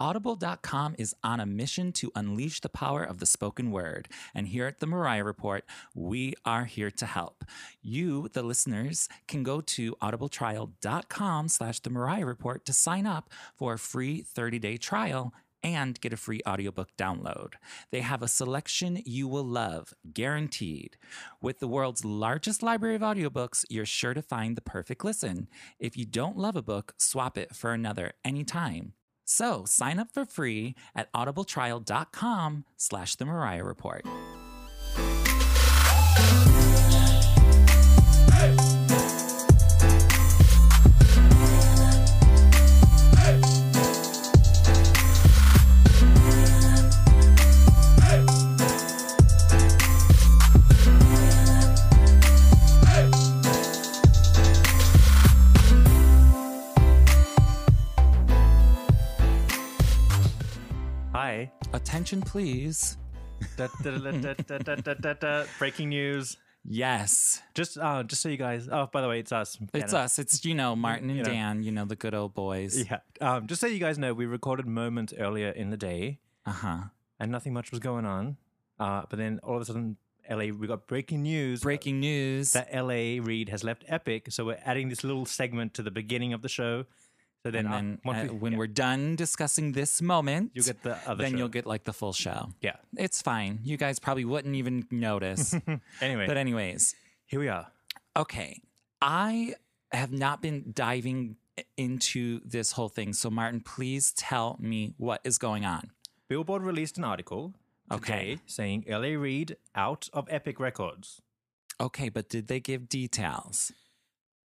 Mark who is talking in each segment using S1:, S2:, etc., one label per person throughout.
S1: Audible.com is on a mission to unleash the power of the spoken word. And here at the Mariah Report, we are here to help. You, the listeners, can go to audibletrial.com slash the Mariah Report to sign up for a free 30-day trial and get a free audiobook download. They have a selection you will love, guaranteed. With the world's largest library of audiobooks, you're sure to find the perfect listen. If you don't love a book, swap it for another anytime. So sign up for free at audibletrial.com slash the Mariah Report.
S2: Hi.
S1: Attention, please.
S2: Da- da- da- da- da- da- da- da- da. Breaking news.
S1: Yes,
S2: Just uh, just so you guys. Oh, by the way, it's us.
S1: it's
S2: Canada.
S1: us. It's, you know, Martin and
S2: You know.
S1: Dan, you know, the good old boys.
S2: Yeah. Um, just so you guys know, we recorded moments earlier in the day,
S1: Uh huh.
S2: and nothing much was going on. Uh, but then all of a sudden, LA, we got breaking news.
S1: Breaking news.
S2: that LA Reid has left Epic, so we're adding this little segment to the beginning of the show. So then,
S1: and
S2: uh,
S1: then
S2: once
S1: uh,
S2: we-
S1: when
S2: yeah,
S1: we're done discussing this moment,
S2: you'll get the other.
S1: then
S2: show.
S1: you'll get like the full show.
S2: yeah.
S1: It's fine. You guys probably wouldn't even notice.
S2: Anyway,
S1: but, uh, anyways,
S2: here we are.
S1: okay. I have not been diving into this whole thing. So, Martin, please tell me what is going on.
S2: Billboard released an article
S1: Okay.
S2: today saying LA Reid out of Epic Records.
S1: Okay, but did they give details?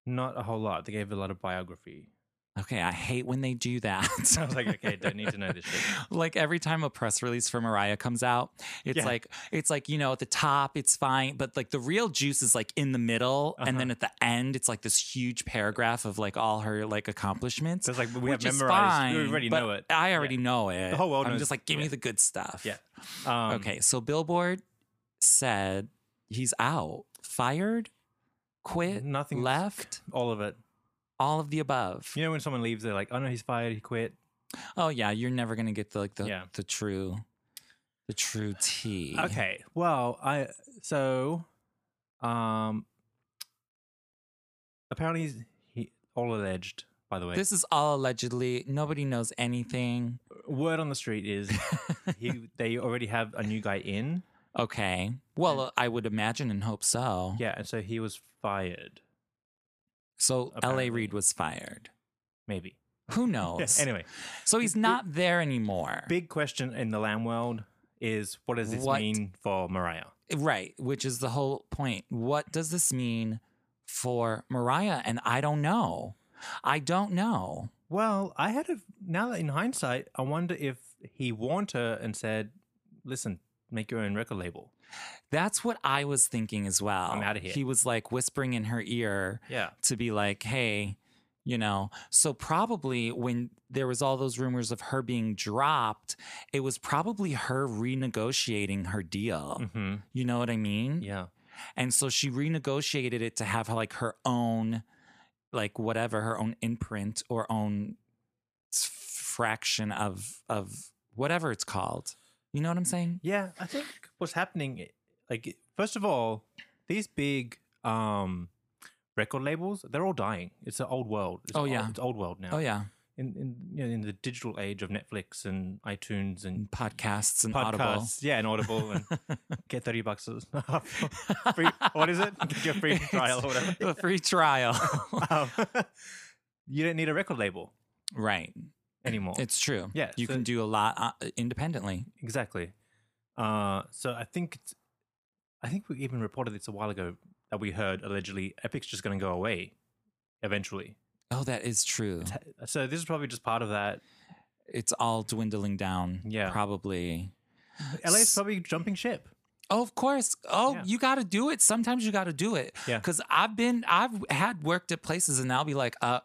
S2: Not a whole lot. They gave a lot of biography.
S1: Okay, I hate when they do that.
S2: I was like, okay, don't need to know this shit.
S1: like every time a press release for Mariah comes out, it's
S2: Yeah.
S1: like it's like you know at the top it's fine, but like the real juice is like in the middle,
S2: Uh-huh.
S1: and then at the end it's like this huge paragraph of like all her like accomplishments.
S2: So it's like we have
S1: which is
S2: memorized.
S1: fine,
S2: we already
S1: but
S2: know it.
S1: I already know it.
S2: The whole world
S1: I'm
S2: knows-
S1: just like, give me
S2: yeah.
S1: the good stuff.
S2: Yeah. Um,
S1: uh, okay, so Billboard said he's out, fired, quit,
S2: Nothing
S1: left,
S2: All of it.
S1: all of the above.
S2: You know when someone leaves, they're like, "Oh no, he's fired. He quit."
S1: Oh yeah, you're never gonna get the like the
S2: Yeah.
S1: the true, the true tea.
S2: Okay. Well, I so um apparently he's- he all alleged, by the way.
S1: This is all allegedly. Nobody knows anything.
S2: word on the street is he they already have a new guy in.
S1: okay. Well, I would imagine and hope so.
S2: Yeah, and so he was fired,
S1: So
S2: Apparently.
S1: L.A. Reid was fired.
S2: maybe.
S1: Who knows?
S2: anyway,
S1: so he's not there anymore.
S2: big question in the lamb world is what does this
S1: What?
S2: mean for Mariah?
S1: Right, which is the whole point. What does this mean for Mariah? And I don't know. I don't know.
S2: Well, I had a now that in hindsight, I wonder if he warned her and said, "Listen, make your own record label."
S1: That's what I was thinking as well.
S2: I'm outta here.
S1: He was like whispering in her ear.
S2: Yeah.
S1: to be like, hey, you know. So probably when there was all those rumors of her being dropped, it was probably her renegotiating her deal.
S2: Mm-hmm.
S1: You know what I mean?
S2: Yeah.
S1: And so she renegotiated it to have like her own, like whatever, her own imprint or own s- fraction of of whatever it's called. You know what I'm saying?
S2: Yeah, I think what's happening, like first of all, these big um record labels, they're all dying. It's the old world. It's
S1: Oh,
S2: old-
S1: yeah.
S2: it's old world now.
S1: Oh yeah.
S2: in in you know, in the digital age of Netflix and iTunes and
S1: And podcasts and Audible.
S2: podcasts, yeah, and Audible, and get thirty bucks off. free, what is it? Get your free
S1: It's
S2: trial or whatever.
S1: A free trial.
S2: Um, you don't need a record label
S1: right.
S2: anymore.
S1: It's true.
S2: Yeah,
S1: You
S2: so-
S1: can do a lot uh, independently.
S2: exactly. Uh, so I think it's, I think we even reported this a while ago that we heard allegedly Epic's just going to go away eventually.
S1: Oh, that is true.
S2: So this is probably just part of that.
S1: It's all dwindling down.
S2: Yeah.
S1: Probably.
S2: LA's probably jumping ship.
S1: Oh, of course. Oh,
S2: Yeah.
S1: you got to do it. Sometimes you got to do it.
S2: Yeah.
S1: Because I've been, I've had worked at places and I'll be like, uh,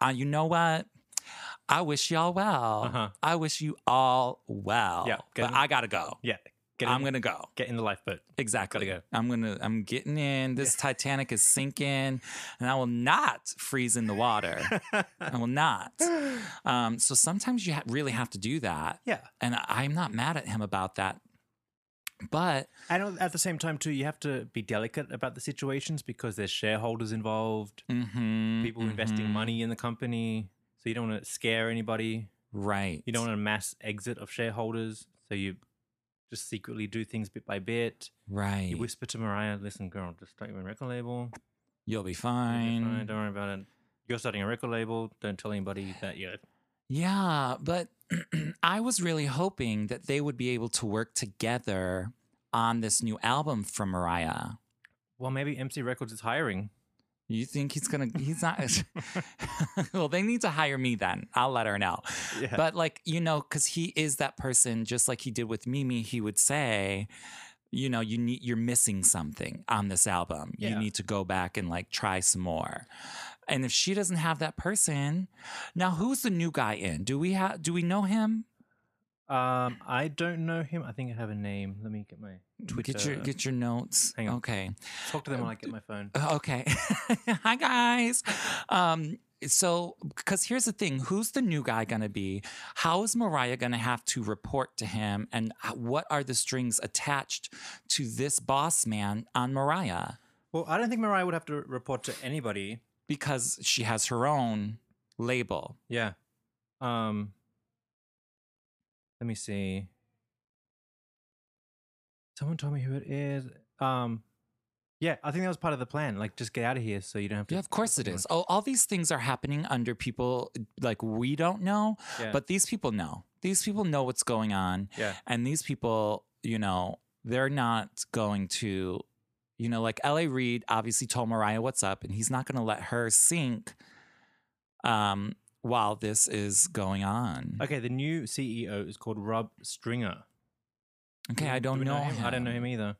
S1: uh you know what? I wish y'all well.
S2: Uh-huh.
S1: I wish you all well.
S2: Yeah,
S1: But
S2: getting-
S1: I got to go.
S2: Yeah, get in,
S1: I'm going to go.
S2: get in the lifeboat.
S1: Exactly.
S2: go.
S1: I'm gonna. I'm getting in. This Titanic is sinking, and I will not freeze in the water. I will not. Um, so sometimes you ha- really have to do that,
S2: Yeah,
S1: and I- I'm not mad at him about that. But
S2: and at the same time too, you have to be delicate about the situations because there's shareholders involved,
S1: mhm,
S2: people investing
S1: mhm.
S2: money in the compey, so you don't want to scare anybody.
S1: right?
S2: You don't want a mass exit of shareholders, so you just secretly do things bit by bit.
S1: right?
S2: You whisper to Mariah, "Listen, girl, just don't even record label.
S1: You'll be
S2: You'll be
S1: fine.
S2: fine, Don't worry about it. You're starting a record label. Don't tell anybody that you're."
S1: Yeah, but I was really hoping that they would be able to work together on this new album from Mariah.
S2: Well, maybe MC Records is hiring.
S1: You think he's gonna? He's not. well, they need to hire me then. I'll let her know.
S2: Yeah.
S1: But like you know, because he is that person, just like he did with Mimi. He would say, you know, you need you're missing something on this album. You
S2: Yeah.
S1: need to go back and like try some more. And if she doesn't have that person, now who's the new guy in? Do we have? Do we know him?
S2: Um, I don't know him. I think I have a name. Let me get my Twitter.
S1: Get Uh, your get your notes.
S2: uh, Hang on.
S1: Okay.
S2: Talk to them when I get my phone.
S1: Okay. Hi guys. Um so because here's the thing, who's the new guy going to be? How is Mariah going to have to report to him and h- what are the strings attached to this boss man on Mariah?
S2: Well, I don't think Mariah would have to report to anybody.
S1: Because she has her own label.
S2: Yeah. Um. Let me see. Someone told me who it is. Um. Yeah, I think that was part of the plan. Like, just get out of here so you don't have to.
S1: Yeah, of course it
S2: report to
S1: is. Oh, all these things are happening under people like we don't know,
S2: anyone. Yeah.
S1: but these people know. These people know what's going on.
S2: yeah,
S1: and these people, you know, they're not going to, you know, like L.A. Reid obviously told Mariah what's up, and he's not going to let her sink um, while this is going on.
S2: okay. The new CEO is called Rob Stringer.
S1: Okay, I
S2: Do
S1: don't
S2: we
S1: know.
S2: I don't know him e-, either.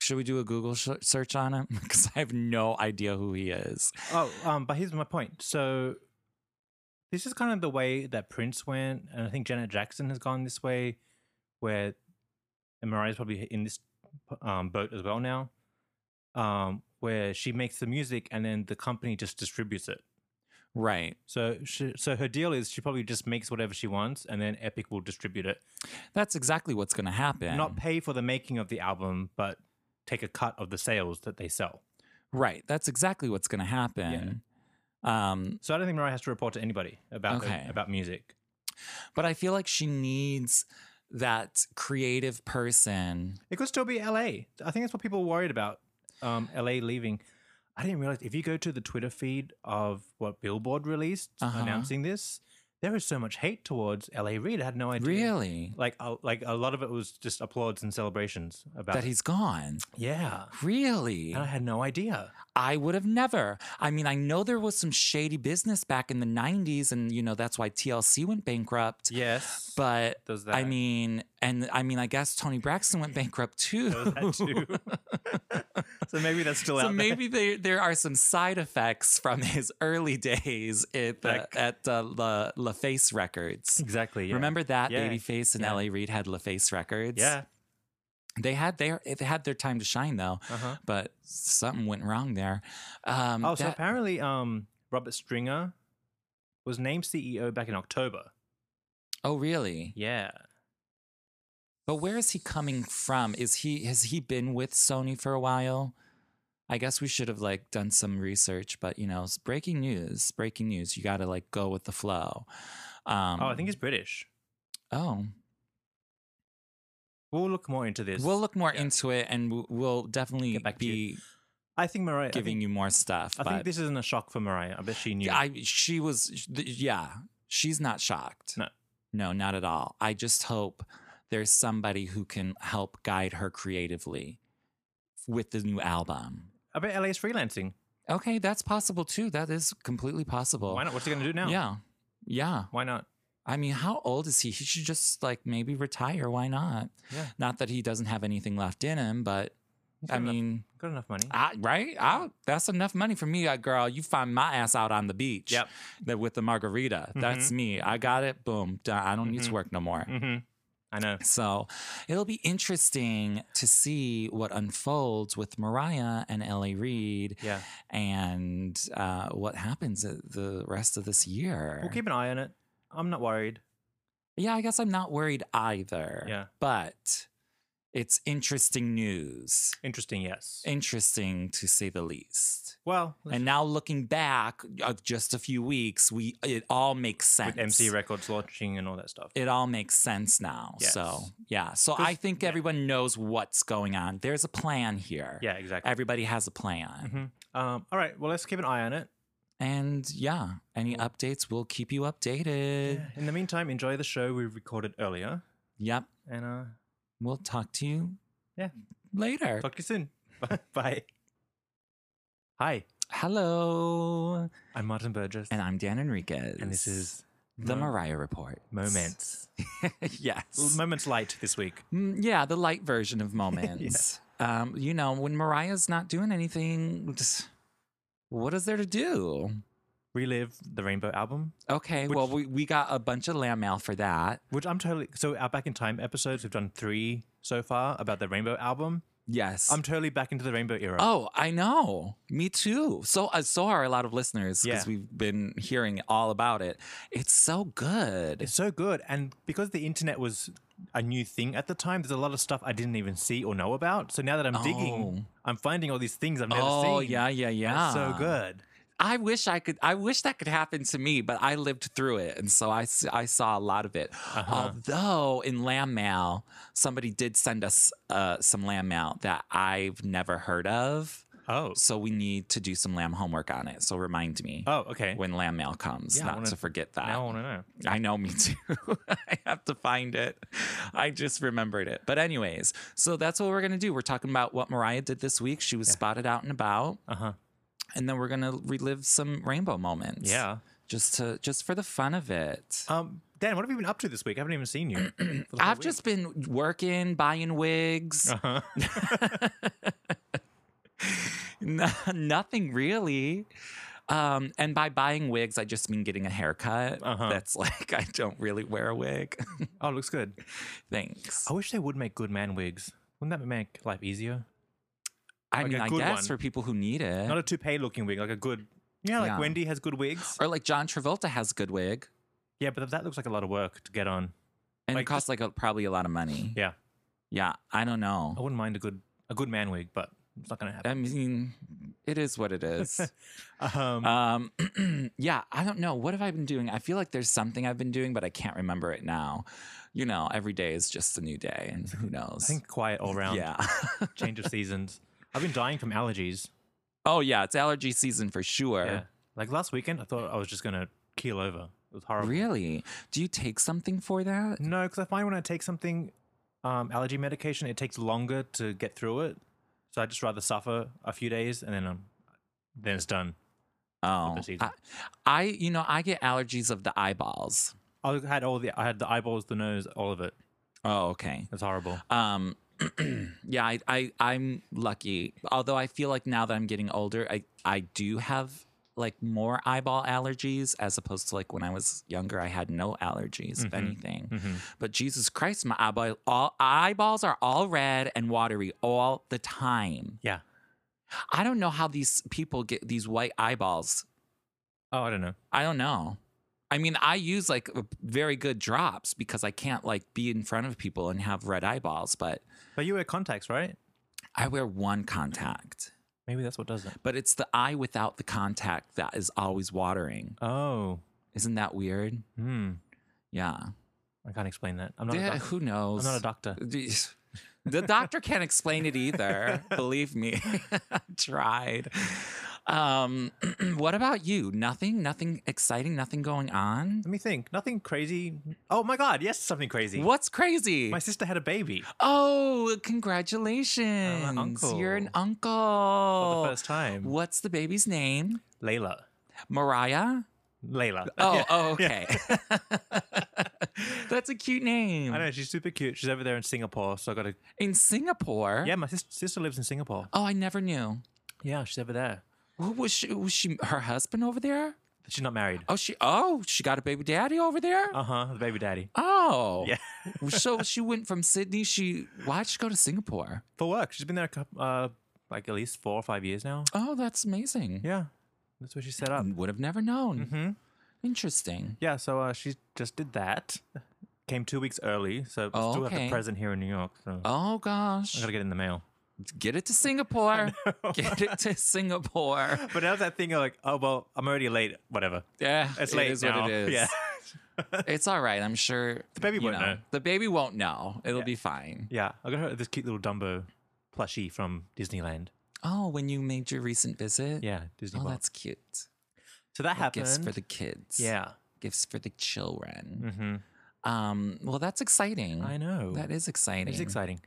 S1: Should we do a Google sh- search on him? Because I have no idea who he is.
S2: Oh, um, but here's my point. So this is kind of the way that Prince went, and I think Janet Jackson has gone this way, where and Mariah's probably in this um, boat as well now, um, where she makes the music and then the company just distributes it.
S1: Right.
S2: So she, so her deal is she probably just makes whatever she wants, and then Epic will distribute it,
S1: That's exactly what's going to happen.
S2: not pay for the making of the album, but take a cut of the sales that they sell.
S1: right. That's exactly what's going to happen. Um,
S2: So I don't think Mariah has to report to anybody about the-
S1: Okay.
S2: about music.
S1: but I feel like she needs that creative person
S2: It could still be LA. I think that's what people were worried about. Um, LA leaving. I didn't realize if you go to the Twitter feed of what Billboard released
S1: Uh-huh.
S2: announcing this, there was so much hate towards LA Reid. I had no idea.
S1: Really?
S2: Like, a, like a lot of it was just applauds and celebrations about
S1: That he's gone.
S2: yeah.
S1: Really?
S2: And I had no idea.
S1: I would have never. I mean, I know there was some shady business back in the 90s, and, you know, that's why TLC went bankrupt.
S2: Yes, uh,
S1: But
S2: does that?
S1: I mean, and I mean, I guess Tony Braxton went bankrupt too.
S2: does that too? so maybe that's still out
S1: so
S2: there.
S1: maybe there there are some side effects from his early days at the,
S2: Like-
S1: at uh, La, La Face Records.
S2: exactly. yeah.
S1: Remember that
S2: Yeah.
S1: Babyface and
S2: Yeah.
S1: LA Reid had La Face Records.
S2: Yeah.
S1: they had their they had their time to shine though,
S2: Uh huh.
S1: but something went wrong there. Um,
S2: Oh, so
S1: that-
S2: apparently, um, Robert Stringer was named CEO back in October.
S1: oh really?
S2: Yeah.
S1: But where is he coming from? Is he has he been with Sony for a while? I guess we should have like done some research, but you know, it's breaking news, breaking news. You got to like go with the flow. Um,
S2: oh, I think he's British.
S1: Oh,
S2: We'll look more into this.
S1: we'll look more
S2: yeah.
S1: into it, and w- we'll definitely
S2: Get back to
S1: be
S2: I think Mariah.
S1: giving
S2: I think,
S1: you more stuff.
S2: I think
S1: but
S2: this isn't a shock for Mariah. I bet she knew.
S1: I she was sh- th- yeah, she's not shocked.
S2: No.
S1: no, not at all. I just hope there's somebody who can help guide her creatively with the new album.
S2: I bet LA's freelancing.
S1: Okay, that's possible too. That is completely possible.
S2: Why not? What's he gonna do now?
S1: Yeah. Yeah.
S2: Why not?
S1: I mean, how old is he? He should just like maybe retire. Why not?
S2: Yeah.
S1: Not that he doesn't have anything left in him, but
S2: He's got
S1: I
S2: enough-
S1: mean,
S2: got enough money.
S1: I, right? I, that's enough money for me, uh, girl. You find my ass out on the beach
S2: Yep.
S1: that with the margarita. That's me. I got it. Boom. Done. I don't need to
S2: Mhm.
S1: work no more.
S2: Mm-hmm. I know.
S1: So it'll be interesting to see what unfolds with Mariah and Ellie Reed
S2: Yeah.
S1: and uh, what happens uh, the rest of this year.
S2: We'll keep an eye on it. I'm not worried.
S1: Yeah, I guess I'm not worried either.
S2: Yeah.
S1: But it's interesting news.
S2: Interesting. Yes.
S1: Interesting to say the least.
S2: well, let's-
S1: And now looking back of just a few weeks, we it all makes sense.
S2: with MC Records launching and all that stuff.
S1: it all makes sense now.
S2: Yes.
S1: So yeah. So
S2: 'Cause-
S1: I think
S2: yeah.
S1: everyone knows what's going on. There's a plan here.
S2: yeah. Exactly.
S1: Everybody has a plan.
S2: Mhm. Um, all right. Well, let's keep an eye on it.
S1: And yeah, any updates, we'll keep you updated.
S2: In the meantime, enjoy the show we recorded earlier.
S1: Yep.
S2: And uh,
S1: We'll talk to you
S2: Yeah.
S1: later.
S2: talk to you soon. Bye. Hi,
S1: Hello.
S2: I'm Martin Burgess.
S1: And I'm Dan Enriquez.
S2: and this is
S1: The
S2: Mo-
S1: Mariah Report.
S2: Moments.
S1: yes.
S2: Moments light this week.
S1: Mm, yeah, the light version of Moments. um, you know, when Mariah's not doing anything, just- what is there to do?
S2: Relive the Rainbow album,
S1: Okay,
S2: Which-
S1: well, we, we got a bunch of lamb mail for that.
S2: which I'm totally. So, our Back in Time episodes, we've done three so far about the Rainbow album.
S1: Yes.
S2: I'm totally back into the Rainbow era.
S1: Oh, I know. Me too. So uh, so are a lot of listeners
S2: Yeah.
S1: because we've been hearing all about it. It's so good.
S2: It's so good. And because the internet was a new thing at the time, there's a lot of stuff I didn't even see or know about. So, now that I'm digging,
S1: Oh.
S2: I'm finding all these things I've never seen.
S1: oh yeah, yeah, yeah.
S2: It's so good.
S1: I wish I could. I wish that could happen to me, but I lived through it, and so I, s- I saw a lot of it.
S2: Uh-huh.
S1: Although in lamb mail, somebody did send us uh, some lamb mail that I've never heard of,
S2: Oh.
S1: so we need to do some lamb homework on it. So remind me
S2: Oh, okay.
S1: when lamb mail comes,
S2: Yeah, I
S1: not
S2: wanna-
S1: to forget that.
S2: now I want to know.
S1: I know, me too. I have to find it. I just remembered it. But, anyways, so that's what we're going to do. We're talking about what Mariah did this week. She was spotted out and about.
S2: Uh huh.
S1: And then we're going to relive some rainbow moments.
S2: Yeah.
S1: Just to just for the fun of it.
S2: Um, Dan, what have you been up to this week? I haven't even seen you. for the whole
S1: I've
S2: week.
S1: just been working, buying wigs.
S2: Uh-huh.
S1: N- nothing really. Um, and by buying wigs, I just mean getting a haircut.
S2: Uh-huh.
S1: That's like I don't really wear a wig.
S2: Oh, looks good.
S1: Thanks.
S2: I wish they would make good man wigs. Wouldn't that make life easier?
S1: I
S2: like a
S1: mean, I
S2: good
S1: guess
S2: one.
S1: for people who need it.
S2: Not a toupee looking wig, like a good. You know, like
S1: Yeah.
S2: Wendy has good wigs.
S1: Or like John Travolta has a good wig,
S2: Yeah, but that looks like a lot of work to get on.
S1: and
S2: Like,
S1: it costs like a, probably a lot of money.
S2: Yeah,
S1: Yeah, I don't
S2: I
S1: know.
S2: wouldn't mind a good a good man wig, but it's not gonna happen.
S1: I mean, it is what it is.
S2: Um,
S1: um, yeah, I don't know. What have I been doing? I feel like there's something I've been doing, but I can't remember it now. You know, every day is just a new day, and who knows?
S2: I think quiet all round.
S1: yeah.
S2: change of seasons. I've been dying from allergies.
S1: oh yeah, it's allergy season for sure.
S2: Yeah, like last weekend, I thought I was just gonna keel over. It was horrible.
S1: Really? Do you take something for that?
S2: No, because I find when I take something, um, allergy medication, it takes longer to get through it. So I just rather suffer a few days and then um, then it's done.
S1: Oh,
S2: the season.
S1: I, I you know I get allergies of the eyeballs.
S2: I had all the I had the eyeballs, the nose, all of it.
S1: Oh, okay.
S2: It's horrible.
S1: Um, yeah, I, I I'm lucky. Although I feel like now that I'm getting older, I I do have like more eyeball allergies as opposed to like when I was younger, I had no allergies if
S2: Mm-hmm.
S1: anything. But Jesus Christ, my eyeball all eyeballs are all red and watery all the time.
S2: Yeah.
S1: I don't know how these people get these white eyeballs.
S2: Oh, I don't know.
S1: I don't know. I mean, I use like very good drops because I can't like be in front of people and have red eyeballs, but
S2: But you wear contacts, right?
S1: I wear one contact.
S2: Maybe that's what does it.
S1: But it's the eye without the contact that is always watering.
S2: Oh,
S1: Isn't that weird?
S2: hmm.
S1: Yeah.
S2: I can't explain that. I'm not.
S1: Yeah,
S2: a doc-
S1: who knows?
S2: I'm not a doctor.
S1: Jeez. the doctor can't explain it either. Believe me, I tried. Um, what about you? Nothing, nothing exciting, nothing going on.
S2: Let me think. Nothing crazy. Oh my god, yes, something crazy.
S1: What's crazy?
S2: My sister had a baby
S1: oh, congratulations!
S2: uncle.
S1: You're an
S2: for
S1: uncle.
S2: the first time.
S1: What's the baby's name?
S2: Layla.
S1: Mariah.
S2: Layla.
S1: Oh,
S2: Yeah.
S1: oh okay. That's a cute name.
S2: I know she's super cute. She's over there in Singapore, so I got to.
S1: In Singapore.
S2: Yeah, my sis- sister lives in Singapore.
S1: Oh, I never knew.
S2: Yeah, she's over there.
S1: Who was she? Was she her husband over there?
S2: She's not married.
S1: Oh, she. Oh, she got a baby daddy over there.
S2: Uh huh. The baby daddy
S1: oh,
S2: Yeah.
S1: so she went from Sydney. She why'd she go to Singapore?
S2: for work. She's been there a couple, uh, like at least four or five years now.
S1: Oh, that's amazing.
S2: Yeah, that's what she set up.
S1: Would have never known.
S2: Mm-hmm.
S1: Interesting.
S2: Yeah, so uh, she just did that. Came two weeks early, so
S1: Oh,
S2: still have
S1: okay.
S2: the present here in New York. So
S1: Oh
S2: I
S1: gosh,
S2: gotta get it in the mail.
S1: get it to Singapore. Get it to Singapore.
S2: But now that thing of like, oh well, I'm already late. Whatever.
S1: Yeah,
S2: It's
S1: it
S2: late
S1: is
S2: now.
S1: what it is.
S2: Yeah.
S1: It's all right. I'm sure
S2: The baby
S1: you
S2: won't know.
S1: The baby won't know. It'll be fine.
S2: Yeah, I got her this cute little Dumbo plushie from Disneyland.
S1: Oh, when you made your recent visit.
S2: Yeah, Disney
S1: Oh,
S2: World.
S1: that's cute.
S2: So that happened.
S1: Gifts for the kids.
S2: yeah.
S1: Gifts for the children.
S2: Mm-hmm.
S1: Um, well, that's exciting.
S2: I know.
S1: That is exciting.
S2: It's exciting.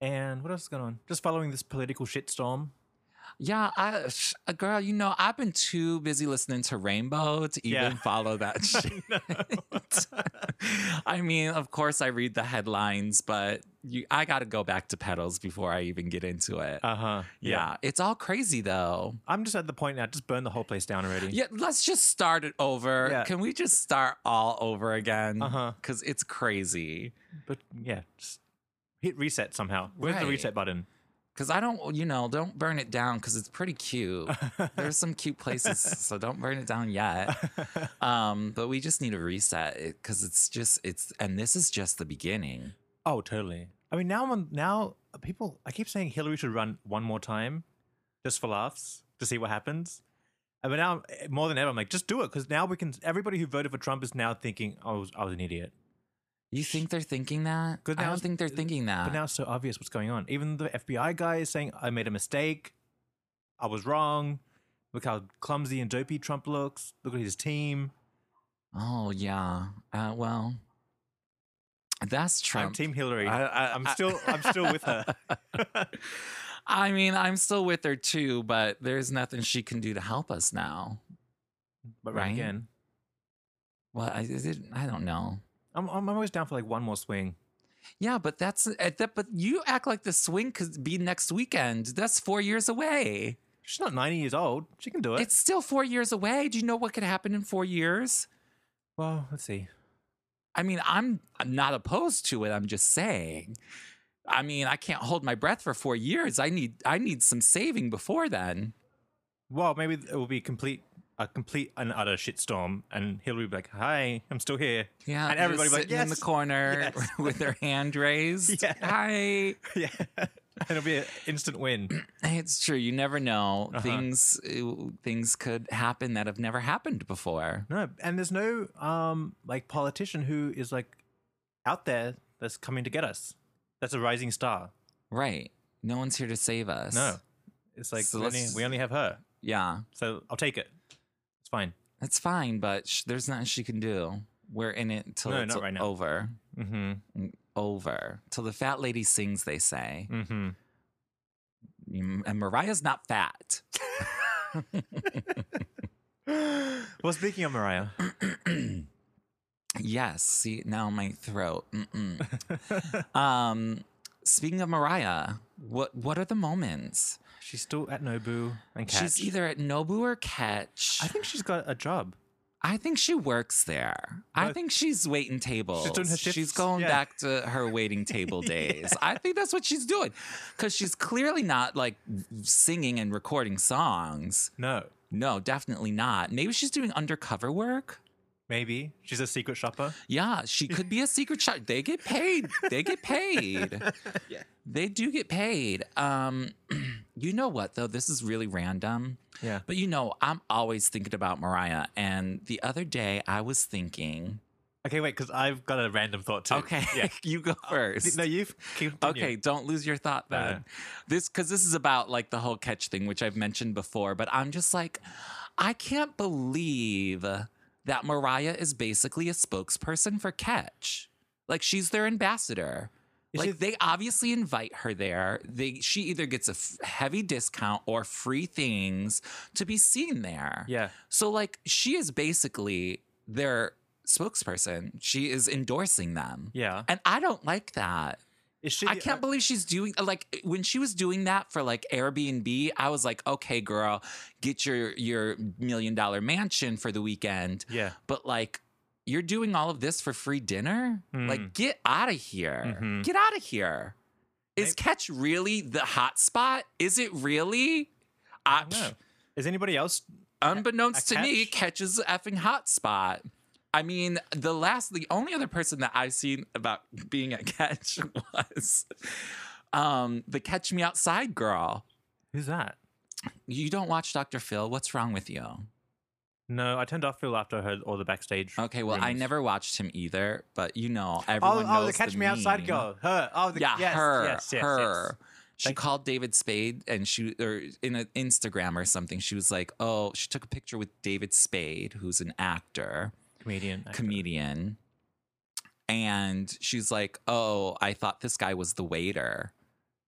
S2: And what else is going on? Just following this political shitstorm.
S1: Yeah, I, sh- uh, girl, you know, I've been too busy listening to Rainbow to even
S2: Yeah.
S1: follow that shit.
S2: Uh-huh.
S1: I mean, of course, I read the headlines, but you, I got to go back to pedals before I even get into it.
S2: Uh huh.
S1: yeah. it's all crazy though.
S2: I'm just at the point now. Just burn the whole place down already.
S1: Yeah, let's just start it over.
S2: Yeah.
S1: Can we just start all over again?
S2: Uh-huh.
S1: Because it's crazy.
S2: But yeah, just hit reset somehow. Where's
S1: Right.
S2: the reset button?
S1: Because I don't, you know, don't burn it down because it's pretty cute. There's some cute places, so don't burn it down yet. Um, but we just need a reset because it's just, it's, and this is just the beginning.
S2: Oh, totally. I mean, now I'm on, now people. I keep saying Hillary should run one more time, just for laughs, to see what happens. And but now eh, more than ever, I'm like, just do it because now we can. Everybody who voted for Trump is now thinking, oh, I was, I was an idiot.
S1: You think they're thinking that?
S2: 'Cause
S1: I
S2: now
S1: don't
S2: it's-
S1: think they're thinking that.
S2: But now it's so obvious what's going on. Even the FBI guy is saying, I made a mistake. I was wrong. Look how clumsy and dopey Trump looks. Look at his team.
S1: oh, yeah. Uh, well, that's
S2: I'm
S1: Trump.
S2: Team Hillary.
S1: I-
S2: I,
S1: I-
S2: am
S1: I-
S2: still, I'm still with her.
S1: I mean, I'm still with her too, but there's nothing she can do to help us now.
S2: But
S1: Right.
S2: right again,
S1: Well, I, is it, I don't know.
S2: I'm, I'm always down for like one more swing.
S1: Yeah, but that's at that. But you act like the swing could be next weekend. That's four years away.
S2: She's not 90 years old. She can do it.
S1: It's still four years away. Do you know what could happen in four years?
S2: well, let's see.
S1: I mean, I'm I'm not opposed to it. I'm just saying. I mean, I can't hold my breath for four years. I need I need some saving before then.
S2: Well, maybe it will be complete, a complete and utter shitstorm, and Hillary will be like, "Hi, I'm still here."
S1: Yeah,
S2: and
S1: just
S2: everybody will be like,
S1: sitting
S2: yes.
S1: in the corner
S2: yes."
S1: with their hand raised.
S2: Yeah.
S1: Hi.
S2: yeah, and it'll be an instant win.
S1: It's true. You never know.
S2: Uh-huh.
S1: Things uh, things could happen that have never happened before.
S2: No, and there's no um like politician who is like out there that's coming to get us. That's a rising star.
S1: Right. No one's here to save us.
S2: No, it's like
S1: So
S2: we,
S1: let's
S2: only,
S1: just-
S2: we only have her,
S1: Yeah.
S2: so I'll take it. It's fine.
S1: That's fine, but sh- there's nothing she can do. We're in it till
S2: No,
S1: it's
S2: not right now.
S1: over.
S2: Mm-hmm.
S1: Over. Till the fat lady sings, they say.
S2: Mm-hmm.
S1: Mm, And Mariah's not fat.
S2: Well, speaking of Mariah,
S1: Yes. See, now my throat. Mm-mm. um, speaking of Mariah, what what are the moments?
S2: she's still at Nobu and Catch.
S1: She's either at Nobu or Catch. I,
S2: I think she's got a job.
S1: think she works there. I
S2: Both.
S1: think she's waiting tables.
S2: doing her shifts,
S1: going
S2: yeah.
S1: back to her waiting table days. I think that's what she's doing because she's clearly not like singing and recording songs.
S2: No,
S1: No, definitely not. Maybe she's doing undercover work.
S2: maybe she's a secret shopper.
S1: Yeah, she could be a secret shot. They get paid. They get paid. They do get paid. Um, You know what, though? This is really random.
S2: Yeah.
S1: But you know, I'm always thinking about Mariah. And the other day I was thinking,
S2: Okay, wait, because I've got a random thought too.
S1: okay,
S2: Yeah.
S1: you go first.
S2: No, you've continue.
S1: Okay, don't lose your thought
S2: No, no.
S1: then. This because this is about like the whole catch thing, which I've mentioned before. But I'm just like, I can't believe that Mariah is basically a spokesperson for Catch. Like she's their ambassador.
S2: Is
S1: like
S2: it-
S1: they obviously invite her there. They she either gets a f- heavy discount or free things to be seen there.
S2: Yeah.
S1: So like she is basically their spokesperson. She is endorsing them.
S2: Yeah.
S1: And I don't like that.
S2: Is she uh,
S1: I
S2: the-
S1: can't believe she's doing like when she was doing that for like Airbnb. I was like, okay, girl, get your your million dollar mansion for the weekend.
S2: Yeah.
S1: But like, you're doing all of this for free dinner. Like,
S2: Mm.
S1: get out of here.
S2: Mhm.
S1: Get out of here. Is
S2: Maybe-
S1: Catch really the hot spot? Is it really? I,
S2: don't know. Is anybody else?
S1: unbeknownst
S2: a
S1: to me,
S2: catch?
S1: catches a effing hot spot. I mean, the last, the only other person that I've seen about being at catch was um, the Catch Me Outside girl.
S2: Who's that?
S1: You don't watch Dr. Phil. What's wrong with you?
S2: No, I turned off Phil after I heard all the backstage.
S1: Okay, well, I
S2: rumors.
S1: never watched him either, but you know,
S2: Oh,
S1: everyone
S2: oh, the
S1: knows
S2: catch
S1: the
S2: me outside
S1: meme.
S2: girl. Her. Oh, the,
S1: yeah,
S2: yes,
S1: her,
S2: Yes, yes,
S1: her. She
S2: Thank-
S1: called David Spade and she, or in an Instagram or something, she was like, "Oh, she took a picture with David Spade, who's an actor,
S2: Yes. Comedian. actor.
S1: comedian. And she's like, Oh, I thought this guy was the waiter.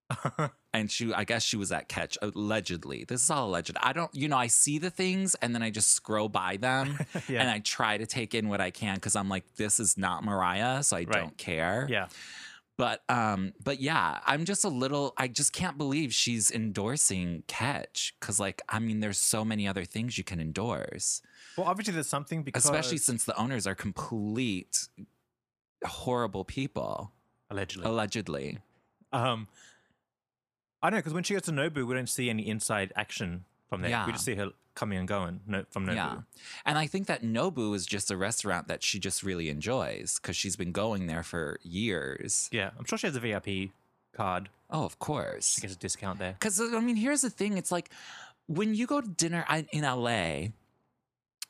S1: and she, I guess she was at Catch, allegedly. This is all alleged. I don't, you know, I see the things and then I just scroll by them
S2: yeah.
S1: and I try to take in what I can because I'm like, This is not Mariah, so I don't care.
S2: yeah.
S1: But, um, but yeah, I'm just a little, I just can't believe she's endorsing Catch because, like, I mean, there's so many other things you can endorse
S2: Well, obviously there's something because
S1: especially since the owners are complete horrible people
S2: allegedly.
S1: allegedly
S2: Um, I know because when she goes to Nobu, we don't see any inside action from there.
S1: Yeah.
S2: We just see her coming and going no, from Nobu.
S1: yeah and i think that nobu is just a restaurant that she just really enjoys because she's been going there for years
S2: Yeah, I'm sure she has a VIP card.
S1: oh of course
S2: She gets a discount there.
S1: Because I mean, here's the thing: it's like when you go to dinner I- in LA,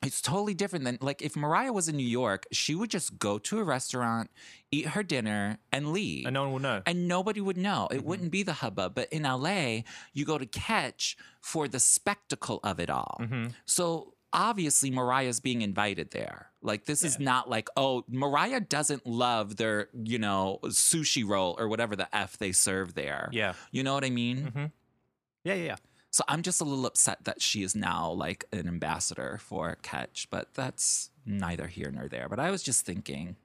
S1: it's totally different than like if Mariah was in New York, she would just go to a restaurant, eat her dinner, and leave,
S2: And no one will know.
S1: and nobody would know. It
S2: Mhm.
S1: wouldn't be the hubbub. But in LA, you go to catch for the spectacle of it all.
S2: hmm
S1: So obviously, Mariah's being invited there. Like, this is
S2: Yeah.
S1: not like, oh, Mariah doesn't love their, you know, sushi roll or whatever the F they serve there.
S2: Yeah.
S1: You know what I mean?
S2: hmm Yeah, yeah, yeah.
S1: So I'm just a little upset that she is now like an ambassador for Catch, but that's neither here nor there. But I was just thinking.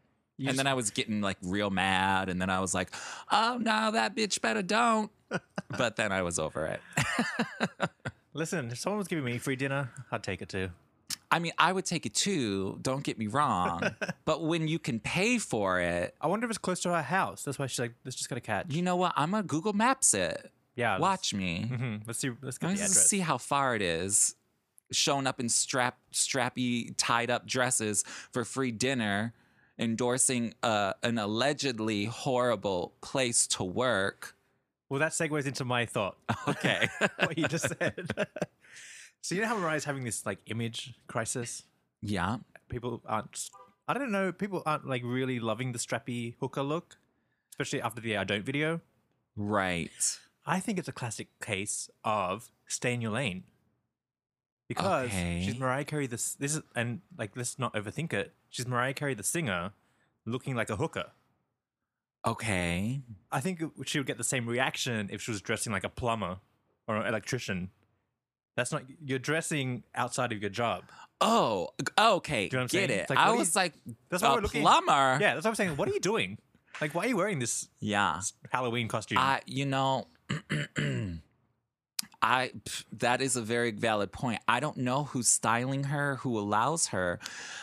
S1: and
S2: You just-
S1: then I was getting like real mad. And then I was like, oh no, that bitch better don't. but then I was over it.
S2: Listen, if someone was giving me free dinner, I'd take it too.
S1: I mean, I would take it too. Don't get me wrong. but when you can pay for it,
S2: I wonder if it's close to her house. That's why she's like, let's just get a catch.
S1: you know what? I'm going to Google Maps it.
S2: Yeah.
S1: Watch me.
S2: Let's, mhm, let's see. Let's get
S1: I'm
S2: the
S1: just gonna
S2: address.
S1: see how far it is. Showing up in strap, strappy, tied up dresses for free dinner, endorsing uh, an allegedly horrible place to work.
S2: Well, that segues into my thought.
S1: Okay.
S2: what you just said. so you know how Mariah's having this like image crisis.
S1: yeah.
S2: People aren't. I don't know. People aren't like really loving the strappy hooker look, especially after the I don't video.
S1: Right.
S2: I think it's a classic case of stay in your lane. Because she's
S1: Okay.
S2: Mariah Carey. This this is and like let's not overthink it. She's Mariah Carey, the singer, looking like a hooker.
S1: Okay.
S2: I think she would get the same reaction if she was dressing like a plumber or an electrician. That's not you're dressing outside of your job.
S1: Oh. g- Okay.
S2: Do you know what I'm
S1: Get
S2: saying?
S1: it.
S2: It's like,
S1: I
S2: what do
S1: was
S2: you-
S1: like,
S2: That's why
S1: a
S2: we're looking.
S1: plumber.
S2: Yeah, that's what I'm saying. What are you doing? Like, why are you wearing this
S1: Yeah.
S2: Halloween costume?
S1: I, you know, I pff, that is a very valid point. I don't know who's styling her, who allows her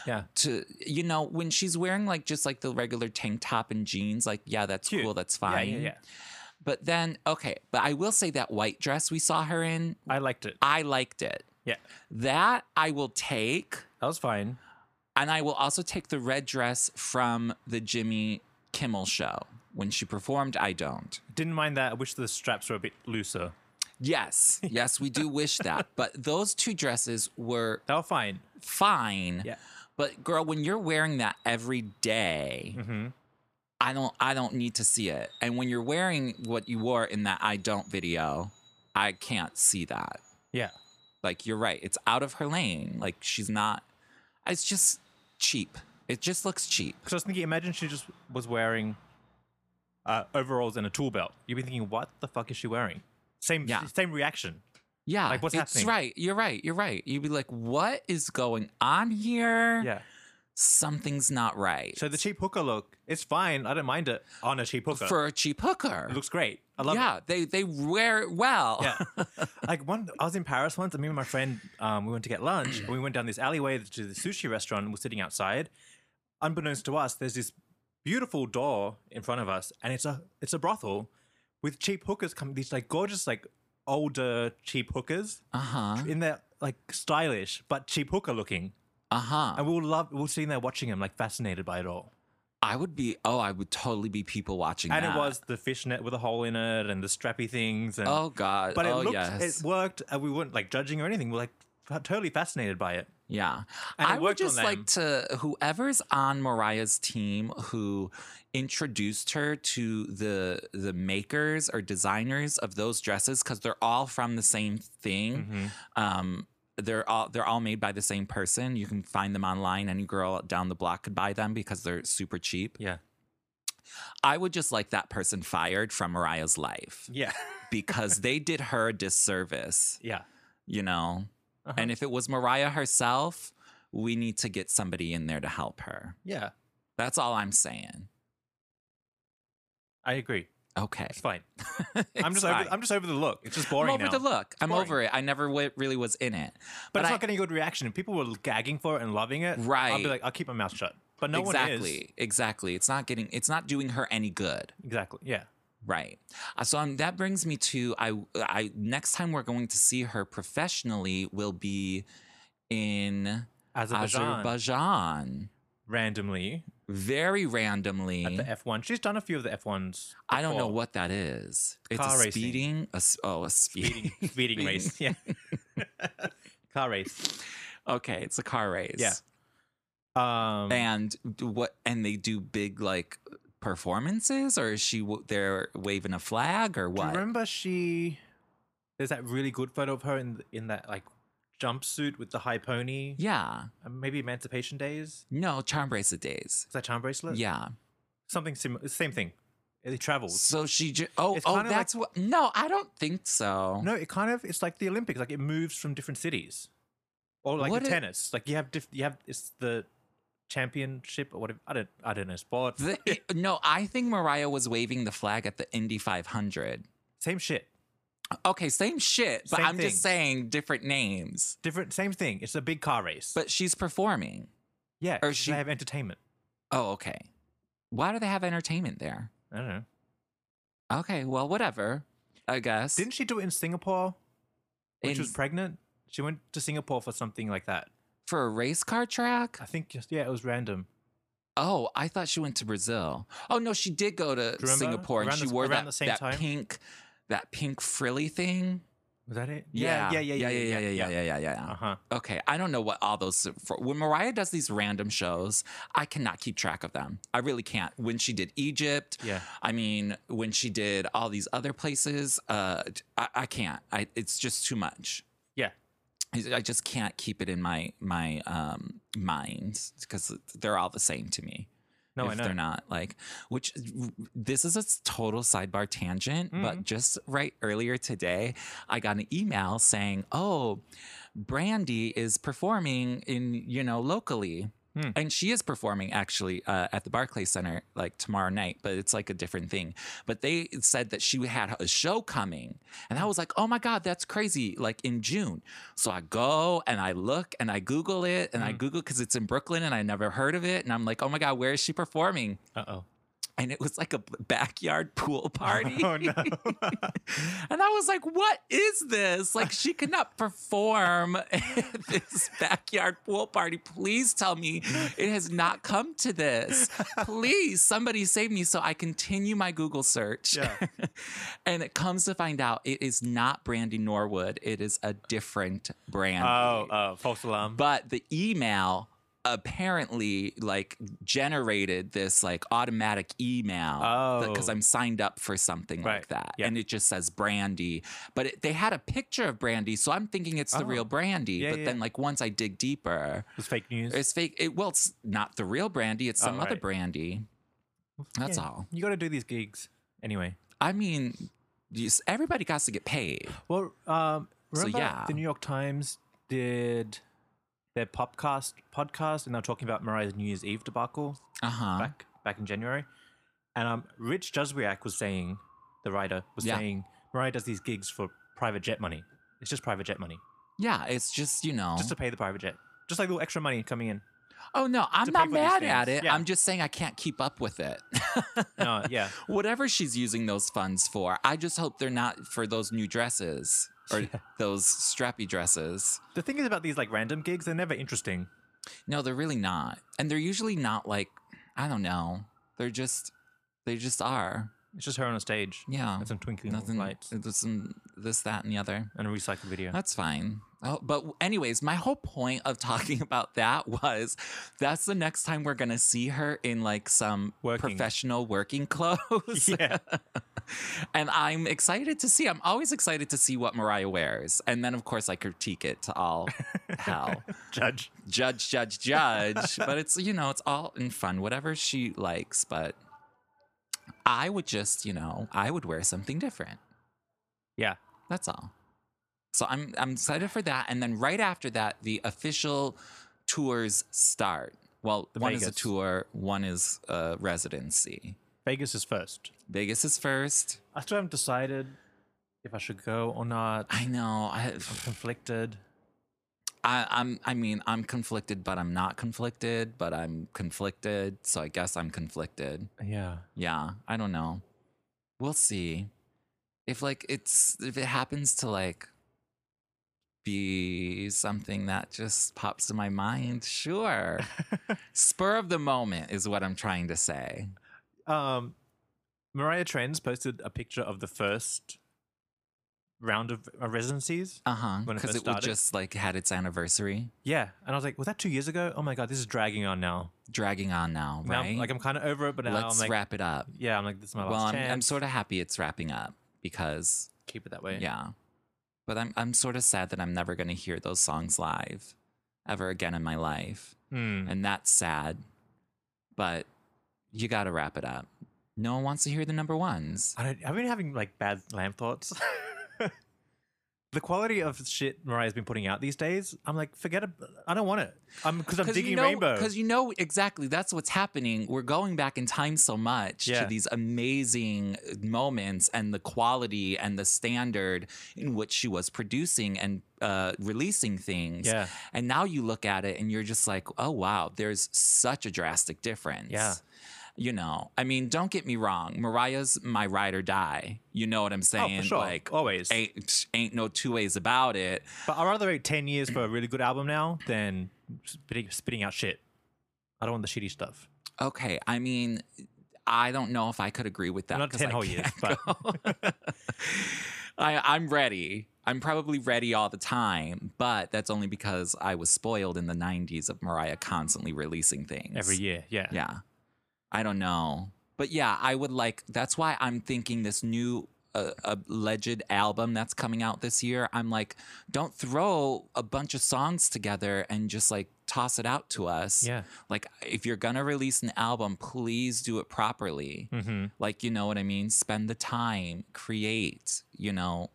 S2: yeah,
S1: to you know when she's wearing like just like the regular tank top and jeans like yeah that's
S2: Cute.
S1: cool that's
S2: yeah,
S1: fine
S2: yeah, yeah.
S1: but then okay but i will say that white dress we saw her in
S2: I liked it.
S1: i liked it
S2: Yeah,
S1: that i will take
S2: that was fine.
S1: and i will also take the red dress from the jimmy kimmel show when she performed i don't
S2: Didn't mind that. I wish the straps were a bit looser.
S1: Yes, yes, we do wish that. But those two dresses were
S2: They were fine.
S1: fine.
S2: Yeah.
S1: But girl, when you're wearing that every day,
S2: Mm-hmm.
S1: I don't I don't need to see it. And when you're wearing what you wore in that I don't video, I can't see that.
S2: Yeah.
S1: Like you're right. It's out of her lane. Like she's not it's just cheap. It just looks cheap.
S2: Because I was thinking, imagine she just was wearing uh, overalls and a tool belt. You'd be thinking, what the fuck is she wearing? Same,
S1: Yeah.
S2: same reaction.
S1: Yeah.
S2: Like, what's
S1: it's
S2: happening?
S1: right. You're right. You're right. You'd be like, what is going on here?
S2: Yeah.
S1: Something's not right.
S2: So the cheap hooker look, it's fine. I don't mind it on a cheap hooker.
S1: for a cheap hooker.
S2: it looks great. I love it.
S1: yeah, they they wear it well.
S2: Yeah. like one, I was in Paris once, and me and my friend, um, we went to get lunch, and we went down this alleyway to the sushi restaurant. And we're sitting outside. Unbeknownst to us, there's this beautiful door in front of us, and it's a it's a brothel with cheap hookers coming. These like gorgeous, like older cheap hookers
S1: Uh huh.
S2: in their like stylish but cheap hooker looking.
S1: Uh huh.
S2: And we were love, we were sitting there watching them, like fascinated by it all.
S1: I would be. Oh, I would totally be people watching.
S2: And
S1: that.
S2: it was the fishnet with a hole in it, and the strappy things, and
S1: Oh God.
S2: but it
S1: oh
S2: looked,
S1: yes.
S2: it worked, and we weren't like judging or anything. We're like f- totally fascinated by it.
S1: yeah.
S2: and it
S1: I would
S2: worked on
S1: just like to whoever's on Mariah's team who introduced her to the the makers or designers of those dresses because they're all from the same thing.
S2: Mm-hmm.
S1: Um, they're all they're all made by the same person. You can find them online. Any girl down the block could buy them because they're super cheap.
S2: Yeah,
S1: I would just like that person fired from Mariah's life
S2: yeah,
S1: because they did her a disservice,
S2: yeah.
S1: you know?
S2: Uh-huh.
S1: And if it was Mariah herself, we need to get somebody in there to help her.
S2: yeah,
S1: That's all I'm saying.
S2: I agree.
S1: Okay.
S2: It's fine. I'm just over, I'm just over the look. It's just boring
S1: I'm over
S2: now.
S1: the look. I'm
S2: boring.
S1: over it. I never w- really was in it.
S2: but, it's
S1: I-
S2: not getting a good reaction. If people were gagging for it and loving it, I'll
S1: Right.
S2: be like, I'll keep my mouth shut. But no
S1: exactly.
S2: one is.
S1: Exactly. It's not getting it's not doing her any good.
S2: Exactly. Yeah.
S1: Right. Uh, So um, that brings me to I. I next time we're going to see her professionally will be in
S2: Azerbaijan,
S1: Azerbaijan.
S2: randomly
S1: Very randomly.
S2: at the F1. She's done a few of the F1s.
S1: Mm-hmm. I don't know
S2: before.
S1: what that is. It's
S2: Car
S1: a
S2: racing.
S1: speeding. A, s- oh, a speeding.
S2: speeding, speeding race. Yeah. Car race.
S1: okay, it's a car race.
S2: Yeah. Um,
S1: And d- what? And they do big like performances, or is she w- there waving a flag or
S2: do you
S1: what?
S2: remember she? There's that really good photo of her in in that like jumpsuit with the high pony.
S1: Yeah.
S2: Uh, Maybe Emancipation Days.
S1: No, charm bracelet days.
S2: Is that charm bracelet?
S1: Yeah.
S2: Something similar. Same thing. It travels.
S1: So she just. Oh,
S2: It's
S1: oh,
S2: kinda like-
S1: that's what. No, I don't think so.
S2: No, it kind of it's like the Olympics. Like it moves from different cities, or like
S1: What
S2: the
S1: it-
S2: tennis. Like you have diff- you have it's the championship or whatever. I don't I don't know sport.
S1: The, it- no, I think Mariah was waving the flag at the Indy 500.
S2: Same shit.
S1: Okay, same shit, but
S2: Same
S1: I'm just
S2: thing.
S1: saying different names.
S2: Different. Same thing. It's a big car race.
S1: But she's performing.
S2: yeah,
S1: or
S2: or
S1: she-
S2: they have entertainment.
S1: Oh, okay. Why do they have entertainment there?
S2: I don't know.
S1: Okay, well, whatever. I guess.
S2: Didn't she do it in Singapore when
S1: In-
S2: she was pregnant? She went to Singapore for something like that.
S1: for a race car track?
S2: I think just yeah, it was random.
S1: Oh, I thought she went to Brazil. Oh no, she did go to
S2: remember?
S1: Singapore and
S2: Around
S1: she
S2: the-
S1: wore
S2: around
S1: that,
S2: the same
S1: that
S2: time?
S1: pink that pink frilly thing.
S2: Was that it?
S1: Yeah, yeah, yeah, yeah, yeah, yeah, yeah, yeah.
S2: Uh huh.
S1: Okay, I don't know what all those. For, when Mariah does these random shows, I cannot keep track of them. I really can't. When she did Egypt,
S2: Yeah.
S1: I mean, when she did all these other places, uh, I, I can't. I, it's just too much.
S2: Yeah.
S1: I I just can't keep it in my my um, mind because they're all the same to me.
S2: No,
S1: if
S2: I know.
S1: they're not like, which this is a s- total sidebar tangent,
S2: Mm-hmm.
S1: but just right earlier today, I got an email saying, "Oh, Brandy is performing in you know locally."
S2: Hmm.
S1: And she is performing actually uh, at the Barclay Center like tomorrow night, but it's like a different thing. But they said that she had a show coming. And I was like, oh my God, that's crazy. Like in June. So I go and I look and I Google
S2: Mm.
S1: it and I Google because it's in Brooklyn and I never heard of it. And I'm like, oh my God, where is she performing?
S2: Uh oh.
S1: and it was like a backyard pool party.
S2: Oh, no.
S1: and I was like, what is this? Like, she could not perform at this backyard pool party. Please tell me it has not come to this. Please, somebody save me. So I continue my Google search.
S2: Yeah.
S1: and it comes to find out it is not Brandy Norwood, it is a different brand.
S2: Oh, uh, false alarm.
S1: But the email apparently like generated this like automatic email because
S2: Oh.
S1: I'm signed up for something like
S2: Right.
S1: that,
S2: Yeah.
S1: and it just says Brandy. But it, they had a picture of Brandy, so I'm thinking it's the
S2: Oh.
S1: real Brandy.
S2: Yeah,
S1: but
S2: yeah,
S1: then
S2: yeah.
S1: like once I dig deeper,
S2: It was fake news.
S1: it's fake. It, well, it's not the real Brandy. It's
S2: Oh,
S1: some other
S2: right.
S1: Brandy. That's
S2: Yeah,
S1: all.
S2: You got to do these gigs anyway.
S1: I mean, you s- everybody got to get paid.
S2: Well, um,
S1: So,
S2: remember
S1: yeah.
S2: the New York Times did their podcast podcast, and they're talking about Mariah's New Year's Eve debacle
S1: Uh huh.
S2: back back in January. And um, Rich Juzwiak was saying, the writer was
S1: Yeah.
S2: saying, Mariah does these gigs for private jet money. It's just private jet money,
S1: Yeah, it's just you know.
S2: just to pay the private jet, just like little extra money coming in.
S1: oh no, I'm
S2: to pay
S1: not
S2: for these
S1: mad at
S2: things.
S1: it.
S2: Yeah.
S1: I'm just saying I can't keep up with it.
S2: No, yeah,
S1: whatever she's using those funds for, I just hope they're not for those new dresses or
S2: Yeah.
S1: those strappy dresses.
S2: The thing is about these like random gigs, they're never interesting.
S1: No, they're really not. And they're usually not like, I don't know. They're just, they just are.
S2: It's just her on a stage
S1: Yeah.
S2: and some twinkling
S1: Nothing,
S2: lights
S1: there's some this, that, and the other.
S2: and a recycled video.
S1: That's fine. Oh, but anyways, my whole point of talking about that was that's the next time we're gonna see her in like some
S2: Working.
S1: professional working clothes.
S2: Yeah.
S1: and I'm excited to see. I'm always excited to see what Mariah wears, and then of course I critique it to all hell,
S2: Judge.
S1: judge, judge, judge. but it's you know it's all in fun, whatever she likes. But I would just you know I would wear something different.
S2: Yeah.
S1: That's all. So I'm I'm excited for that. And then right after that, the official tours start. Well,
S2: The
S1: one is a
S2: Vegas.
S1: tour, one is a residency.
S2: Vegas is first.
S1: Vegas is first.
S2: I still haven't decided if I should go or not.
S1: I know. I,
S2: I'm conflicted.
S1: I I'm I mean I'm conflicted, but I'm not conflicted, but I'm conflicted. So I guess I'm conflicted.
S2: Yeah.
S1: Yeah, I don't know. We'll see. If like it's if it happens to like be something that just pops to my mind, sure. Spur of the moment is what I'm trying to say.
S2: Um, Mariah Trends posted a picture of the first round of uh, residencies.
S1: Uh-huh.
S2: When it
S1: Because
S2: first
S1: it, was
S2: started?
S1: just like had its anniversary
S2: Yeah. And I was like, was that two years ago? Oh my God, this is dragging on now.
S1: dragging on now,
S2: Now,
S1: right?
S2: like, I'm kind of over it, but now
S1: Let's
S2: I'm like,
S1: wrap it up.
S2: yeah, I'm like, this is my last
S1: Well, I'm,
S2: chance.
S1: I'm sort of happy it's wrapping up because
S2: keep it that way.
S1: yeah. But I'm I'm sort of sad that I'm never going to hear those songs live ever again in my life.
S2: Hmm.
S1: and that's sad. But you got to wrap it up. No one wants to hear the number ones.
S2: I don't, I've been having like bad lamp thoughts. the quality of shit Mariah's been putting out these days, I'm like, forget it. I don't want it. I'm because I'm digging
S1: you know,
S2: rainbow.
S1: Because you know exactly that's what's happening. We're going back in time so much
S2: Yeah.
S1: to these amazing uh, moments and the quality and the standard in which she was producing and uh, releasing things.
S2: Yeah.
S1: And now you look at it and you're just like, oh wow, there's such a drastic difference.
S2: Yeah.
S1: You know, I mean, don't get me wrong. Mariah's my ride or die. You know what I'm
S2: oh,
S1: saying?
S2: for sure,
S1: Like,
S2: always.
S1: ain't ain't no two ways about it.
S2: But I'd rather wait ten years for a really good album now than spitting, spitting out shit. I don't want the shitty stuff.
S1: Okay, I mean, I don't know if I could agree with that.
S2: Not
S1: 'cause
S2: ten
S1: I
S2: whole years,
S1: can't
S2: but
S1: go. I, I'm ready. I'm probably ready all the time, but that's only because I was spoiled in the '90s of Mariah constantly releasing things
S2: every year, yeah,
S1: Yeah, I don't know, but yeah, I would like. That's why I'm thinking this new. uh alleged album that's coming out this year. I'm like, don't throw a bunch of songs together and just like toss it out to us.
S2: yeah.
S1: Like, if you're gonna release an album, please do it properly.
S2: Mm-hmm.
S1: Like, you know what I mean? Spend the time, create, you know,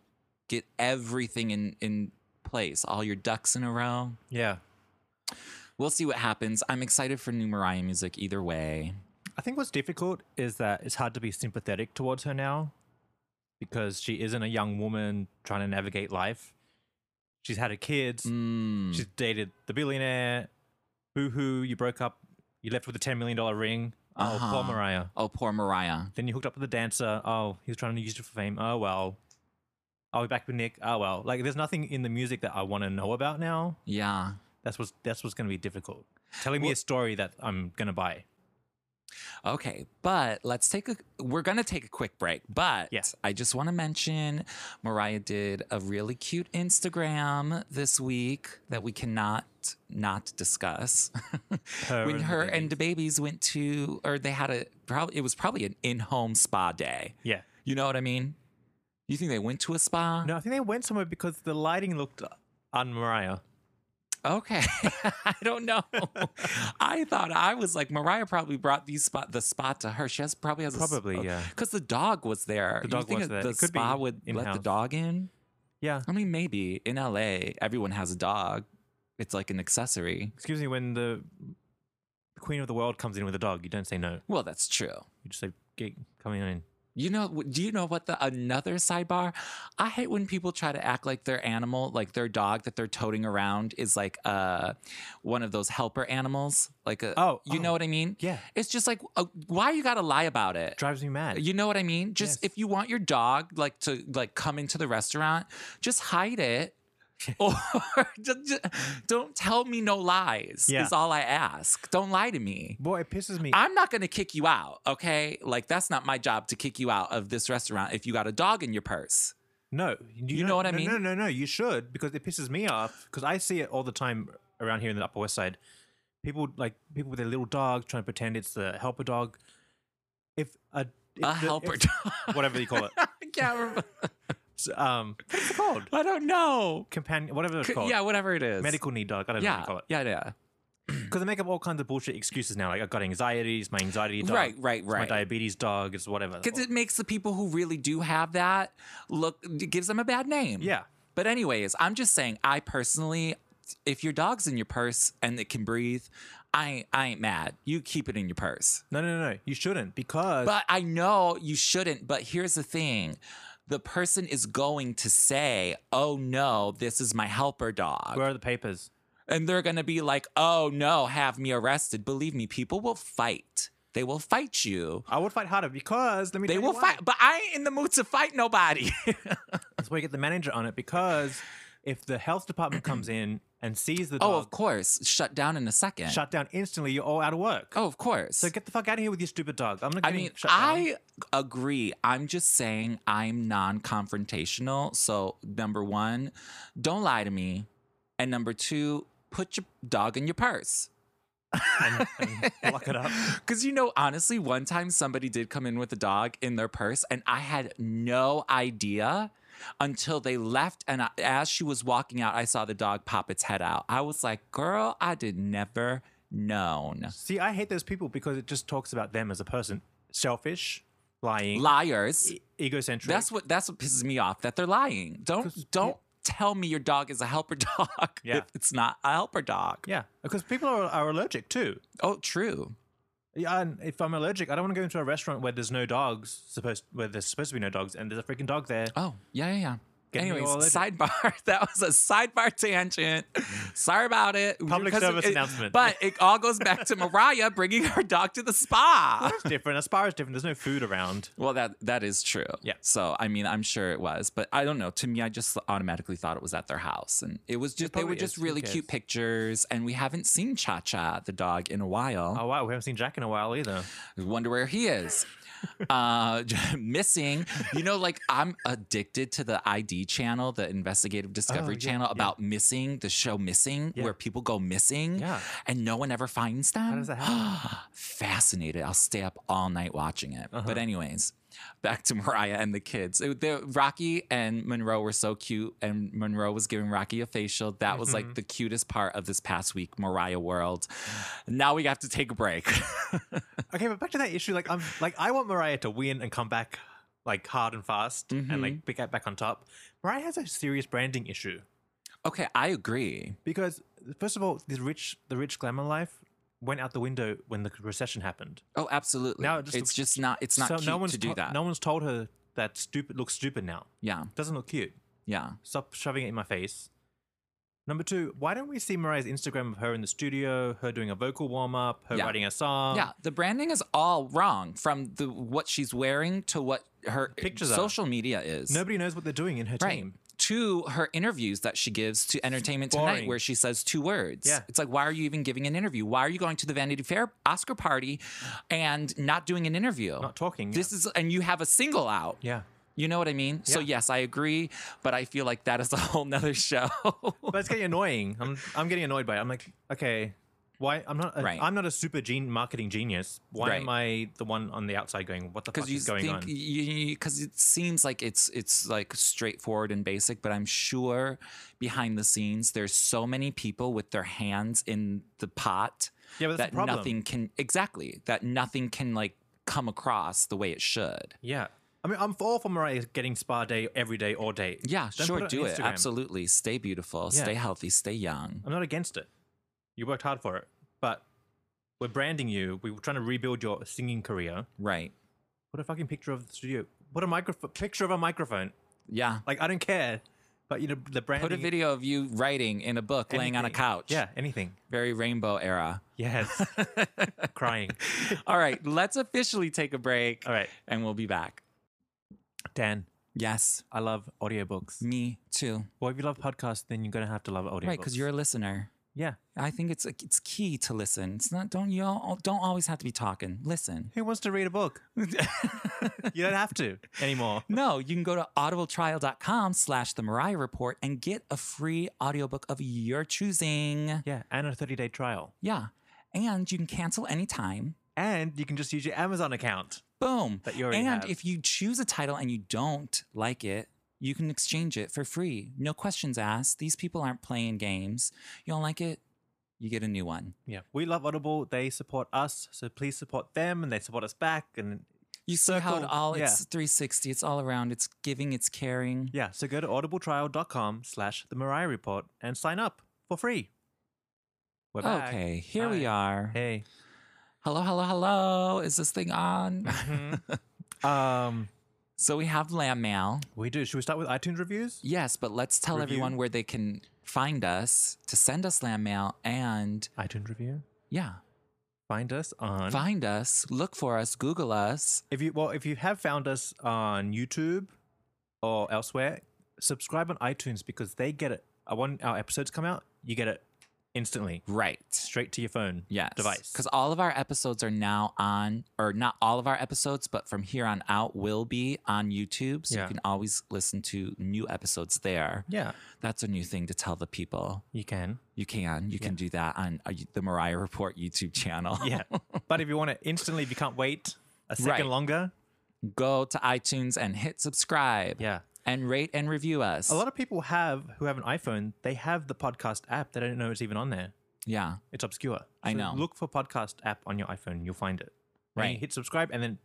S1: get everything in, in place, all your ducks in a row.
S2: Yeah,
S1: We'll see what happens. I'm excited for new Mariah music either way.
S2: I think what's difficult is that it's hard to be sympathetic towards her now because she isn't a young woman trying to navigate life. She's had her kids.
S1: Mm,
S2: She's dated the billionaire. Boo hoo, you broke up. You left with a $10 million ring. Oh,
S1: Uh-huh.
S2: poor Mariah.
S1: Oh, poor Mariah.
S2: Then you hooked up with the dancer. Oh, he was trying to use you for fame. Oh well. I'll be back with Nick. Oh well. Like there's nothing in the music that I want to know about now.
S1: Yeah.
S2: That's what's that's what's gonna be difficult. Telling me
S1: Well-
S2: a story that I'm gonna buy.
S1: Okay, but let's take a. We're gonna take a quick break, but
S2: Yeah.
S1: I just want to mention Mariah did a really cute Instagram this week that we cannot not discuss.
S2: Her
S1: when
S2: and the
S1: her
S2: babies.
S1: and the babies went to, or they had a probably it was probably an in-home spa day.
S2: Yeah.
S1: You know what I mean? You think they went to a spa?
S2: No, I think they went somewhere because the lighting looked on Mariah.
S1: Okay, I don't know. I thought I was like Mariah probably brought these spot the spa to her. She has probably has
S2: Probably, yeah.
S1: because the dog was there.
S2: The
S1: You
S2: dog
S1: think
S2: was
S1: that
S2: there.
S1: The
S2: It could be
S1: spa would let
S2: in-house.
S1: the dog in.
S2: Yeah.
S1: I mean, maybe in LA everyone has a dog. It's like an accessory.
S2: Excuse me, when the Queen of the World comes in with a dog, you don't say no.
S1: Well, that's true.
S2: You just say, "Get coming in."
S1: You know, w- do you know what the another sidebar? I hate when people try to act like their animal, like their dog that they're toting around is like uh one of those helper animals, like a
S2: Oh,
S1: you know
S2: oh.
S1: what I mean?
S2: Yeah.
S1: It's just like uh, why you got to lie about it?
S2: Drives me mad.
S1: You know what I mean? Just
S2: Yes.
S1: if you want your dog like to like come into the restaurant, just hide it. or ju- ju- don't tell me no lies
S2: Yeah.
S1: is all I ask. Don't lie to me.
S2: Boy, it pisses me.
S1: I'm not going to kick you out, okay? Like that's not my job to kick you out of this restaurant if you got a dog in your purse.
S2: no, you,
S1: know
S2: don't-
S1: what I
S2: no,
S1: mean?
S2: No, no, no. You should because it pisses me off because I see it all the time around here in the Upper West Side. People like people with their little dogs trying to pretend it's the helper dog. If a if
S1: a
S2: the-
S1: helper
S2: if-
S1: dog.
S2: whatever you call it,
S1: I can't remember.
S2: S- um, what's it called?
S1: I don't know.
S2: Companion, whatever it's
S1: C-
S2: called.
S1: Yeah, whatever it is.
S2: medical need dog. I don't know what
S1: Yeah,
S2: you call it.
S1: yeah, yeah.
S2: Because they make up all kinds of bullshit excuses now. Like I've got anxieties, my anxiety dog,
S1: Right, right,
S2: it's
S1: right.
S2: my diabetes dog, it's whatever.
S1: Because it makes the people who really do have that look, it gives them a bad name.
S2: yeah,
S1: But, anyways, I'm just saying, I personally, if your dog's in your purse and it can breathe, I, ain't- I ain't mad. You keep it in your purse.
S2: no, no, no, no, you shouldn't because
S1: But I know you shouldn't. But here's the thing the person is going to say, oh no, this is my helper dog.
S2: where are the papers?
S1: And they're going to be like, oh no, have me arrested. Believe me, people will fight. They will fight you.
S2: I would fight harder because let me.
S1: They
S2: tell you
S1: will
S2: why.
S1: fight. But I ain't in the mood to fight nobody.
S2: That's why you get the manager on it because if the health department comes in and sees the
S1: oh, of
S2: dog
S1: course. Shut down in a second.
S2: shut down instantly, you're all out of work.
S1: oh, of course.
S2: So get the fuck out of here with your stupid dog. I'm not
S1: I
S2: getting
S1: mean,
S2: shut down.
S1: I agree. I'm just saying I'm non confrontational. So, number one, don't lie to me. And number two, put your dog in your purse.
S2: and, and lock it up.
S1: Because, you know, honestly, one time somebody did come in with a dog in their purse, and I had no idea until they left. And I, as she was walking out, I saw the dog pop its head out. I was like, girl, I did never known.
S2: See, I hate those people because it just talks about them as a person. Selfish, lying,
S1: Liars.
S2: e- egocentric.
S1: That's what that's what pisses me off that they're lying. Don't don't tell me your dog is a helper dog
S2: Yeah.
S1: if it's not a helper dog.
S2: yeah, because people are, are allergic too.
S1: Oh, true.
S2: Yeah, and if I'm allergic, I don't want to go into a restaurant where there's no dogs supposed where there's supposed to be no dogs, and there's a freaking dog there.
S1: Oh, yeah, yeah, yeah.
S2: Get me
S1: Anyways,
S2: all in.
S1: sidebar. That was a sidebar tangent. Sorry about it.
S2: Public
S1: Because
S2: service
S1: it-
S2: announcement.
S1: But it all goes back to Mariah bringing her dog to the spa.
S2: It's different. A spa is different. There's no food around.
S1: Well, that that is true.
S2: Yeah.
S1: So I mean, I'm sure it was, but I don't know. To me, I just automatically thought it was at their house, and it was just they were
S2: probably
S1: just
S2: is. Who
S1: really
S2: cares?
S1: cute pictures. And we haven't seen Cha Cha the dog in a while.
S2: Oh wow, we haven't seen Jack in a while either.
S1: wonder where he is uh missing you know like i'm addicted to the id channel the investigative discovery
S2: Oh, yeah,
S1: channel
S2: yeah.
S1: about missing the show missing
S2: Yeah.
S1: where people go missing
S2: Yeah.
S1: and no one ever finds them
S2: does that
S1: fascinated i'll stay up all night watching it
S2: Uh-huh.
S1: but anyways Back to Mariah and the kids. It- the- Rocky and Monroe were so cute, and Monroe was giving Rocky a facial. That was
S2: Mm-hmm.
S1: like the cutest part of this past week, Mariah World. Now we have to take a break.
S2: Okay, but back to that issue. Like I'm like I want Mariah to win and come back like hard and fast
S1: Mm-hmm.
S2: and like pick up back on top. Mariah has a serious branding issue
S1: Okay, I agree.
S2: because first of all, this rich the rich glamour life went out the window when the recession happened.
S1: Oh, absolutely.
S2: Now it just-
S1: it's just not. It's not
S2: so
S1: cute
S2: no one's
S1: to do
S2: to-
S1: that.
S2: No one's told her that stupid looks stupid now.
S1: Yeah,
S2: Doesn't look cute.
S1: yeah.
S2: Stop shoving it in my face. Number two, why don't we see Mariah's Instagram of her in the studio, her doing a vocal warm up, her
S1: Yeah.
S2: writing a song?
S1: yeah, the branding is all wrong from the what she's wearing to what her
S2: Pictures are.
S1: social media is.
S2: Nobody knows what they're doing in her
S1: right.
S2: team.
S1: To her interviews that she gives to Entertainment Tonight,
S2: Boring.
S1: where she says two words.
S2: Yeah.
S1: It's like, why are you even giving an interview? Why are you going to the Vanity Fair Oscar party and not doing an interview?
S2: Not talking.
S1: This is, and you have a single out.
S2: yeah.
S1: You know what I mean? So,
S2: Yeah.
S1: yes, I agree, but I feel like that is a whole nother show.
S2: But it's getting annoying. I'm I'm getting annoyed by it. I'm like, okay, why? I'm not. A,
S1: Right.
S2: I'm not a super gene marketing genius. Why
S1: Right.
S2: am I the one on the outside going, what the fuck
S1: because you
S2: is going
S1: think
S2: on?
S1: because it seems like it's it's like straightforward and basic but i'm sure behind the scenes there's so many people with their hands in the pot
S2: yeah, but that's
S1: that
S2: the problem.
S1: nothing can exactly that nothing can like come across the way it should
S2: Yeah. I mean, I'm all for Mariah getting spa day every day, all day.
S1: yeah
S2: Then
S1: sure
S2: put
S1: do
S2: on
S1: it
S2: Instagram.
S1: absolutely stay beautiful
S2: Yeah.
S1: stay healthy stay young
S2: I'm not against it. You worked hard for it, but we're branding you. We were trying to rebuild your singing career.
S1: right
S2: Put a fucking picture of the studio. Put a microphone. Picture of a microphone.
S1: yeah
S2: Like I don't care, but you know the branding.
S1: put a video of you writing in a book laying on a
S2: anything.
S1: couch
S2: Yeah, anything.
S1: very rainbow era
S2: Yes. Crying.
S1: all right let's officially take a break
S2: All right,
S1: and we'll be back
S2: Dan.
S1: yes
S2: I love audiobooks.
S1: Me too.
S2: Well, if you love podcasts, then you're gonna have to love audiobooks.
S1: Right, because you're a listener.
S2: yeah.
S1: I think it's like, it's key to listen. It's not don't you all don't always have to be talking. Listen.
S2: Who wants to read a book? You don't have to anymore.
S1: no, you can go to audibletrial.com slash the Mariah Report and get a free audiobook of your choosing.
S2: Yeah, and a 30 day trial,
S1: Yeah. And you can cancel anytime.
S2: and you can just use your Amazon account.
S1: Boom.
S2: That you already
S1: and
S2: have.
S1: if you choose a title and you don't like it, you can exchange it for free. No questions asked. These people aren't playing games. You don't like it, you get a new one.
S2: Yeah, we love Audible. They support us, so please support them, and they support us back. And
S1: You see how it
S2: Circle-
S1: all
S2: yeah.
S1: it's 360, it's all around, it's giving, it's caring.
S2: yeah, so go to audibletrial.com/slash the Mariah Report and sign up for free. We're back.
S1: okay, here we
S2: Hi.
S1: are.
S2: Hey.
S1: Hello, hello, hello. Is this thing on?
S2: um,
S1: so we have lamb mail.
S2: we do. Should we start with iTunes reviews?
S1: Yes, but let's tell
S2: Review.
S1: everyone where they can find us to send us lamb mail and
S2: iTunes review.
S1: yeah,
S2: Find us on
S1: find us, look for us, Google us.
S2: If you well, if you have found us on YouTube or elsewhere, subscribe on iTunes because they get it. Uh, When our episodes come out, you get it instantly,
S1: Right.
S2: straight to your phone
S1: Yes.
S2: device.
S1: Because all of our episodes are now on, or not all of our episodes, but from here on out will be on YouTube. So you
S2: Yeah.
S1: can always listen to new episodes there.
S2: yeah,
S1: That's a new thing to tell the people.
S2: you can.
S1: You can. You can do that on uh, the Mariah Report YouTube channel.
S2: Yeah, but if you want it instantly, if you can't wait a second
S1: Right.
S2: longer,
S1: Go to iTunes and hit subscribe.
S2: yeah.
S1: And rate and review us.
S2: A lot of people have who have an iPhone. They have the podcast app. They don't know it's even on there.
S1: yeah.
S2: It's obscure.
S1: I know.
S2: Look for podcast app on your iPhone. You'll find it. And you
S1: Right.
S2: hit subscribe and then.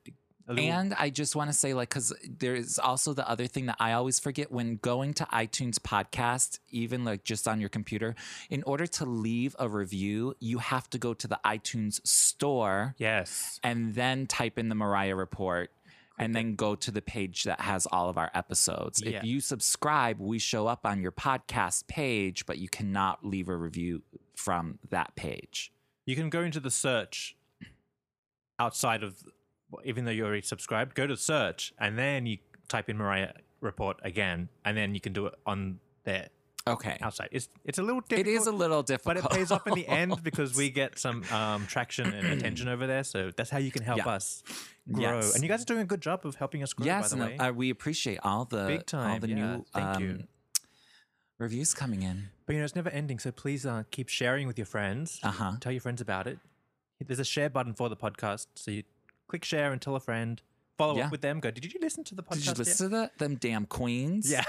S2: A little,
S1: And I just want to say, like, because there is also the other thing that I always forget when going to iTunes podcast, even like just on your computer, in order to leave a review, you have to go to the iTunes store
S2: yes.
S1: and then type in the Mariah report and then go to the page that has all of our episodes.
S2: Yeah.
S1: If you subscribe, we show up on your podcast page, but you cannot leave a review from that page.
S2: You can go into the search outside of, even though you're already subscribed, go to search and then you type in Mariah report again, and then you can do it on there
S1: Okay.
S2: outside. It's it's a little difficult,
S1: It is a little
S2: but
S1: difficult.
S2: it pays off in the end because we get some um, traction and attention over there. So that's how you can help
S1: Yeah.
S2: us grow.
S1: Yes.
S2: And you guys are doing a good job of helping us grow.
S1: Yes,
S2: by the way.
S1: and uh, we appreciate all the
S2: Big
S1: all
S2: time,
S1: the
S2: yeah.
S1: new
S2: Thank
S1: um,
S2: you.
S1: reviews coming in.
S2: But you know, it's never ending. So please uh, keep sharing with your friends.
S1: Uh-huh.
S2: Tell your friends about it. There's a share button for the podcast. So you click share and tell a friend. Follow
S1: Yeah.
S2: up with them. Go, did you listen to the podcast?
S1: Did you
S2: yet?"
S1: listen to the, them damn queens?
S2: Yeah.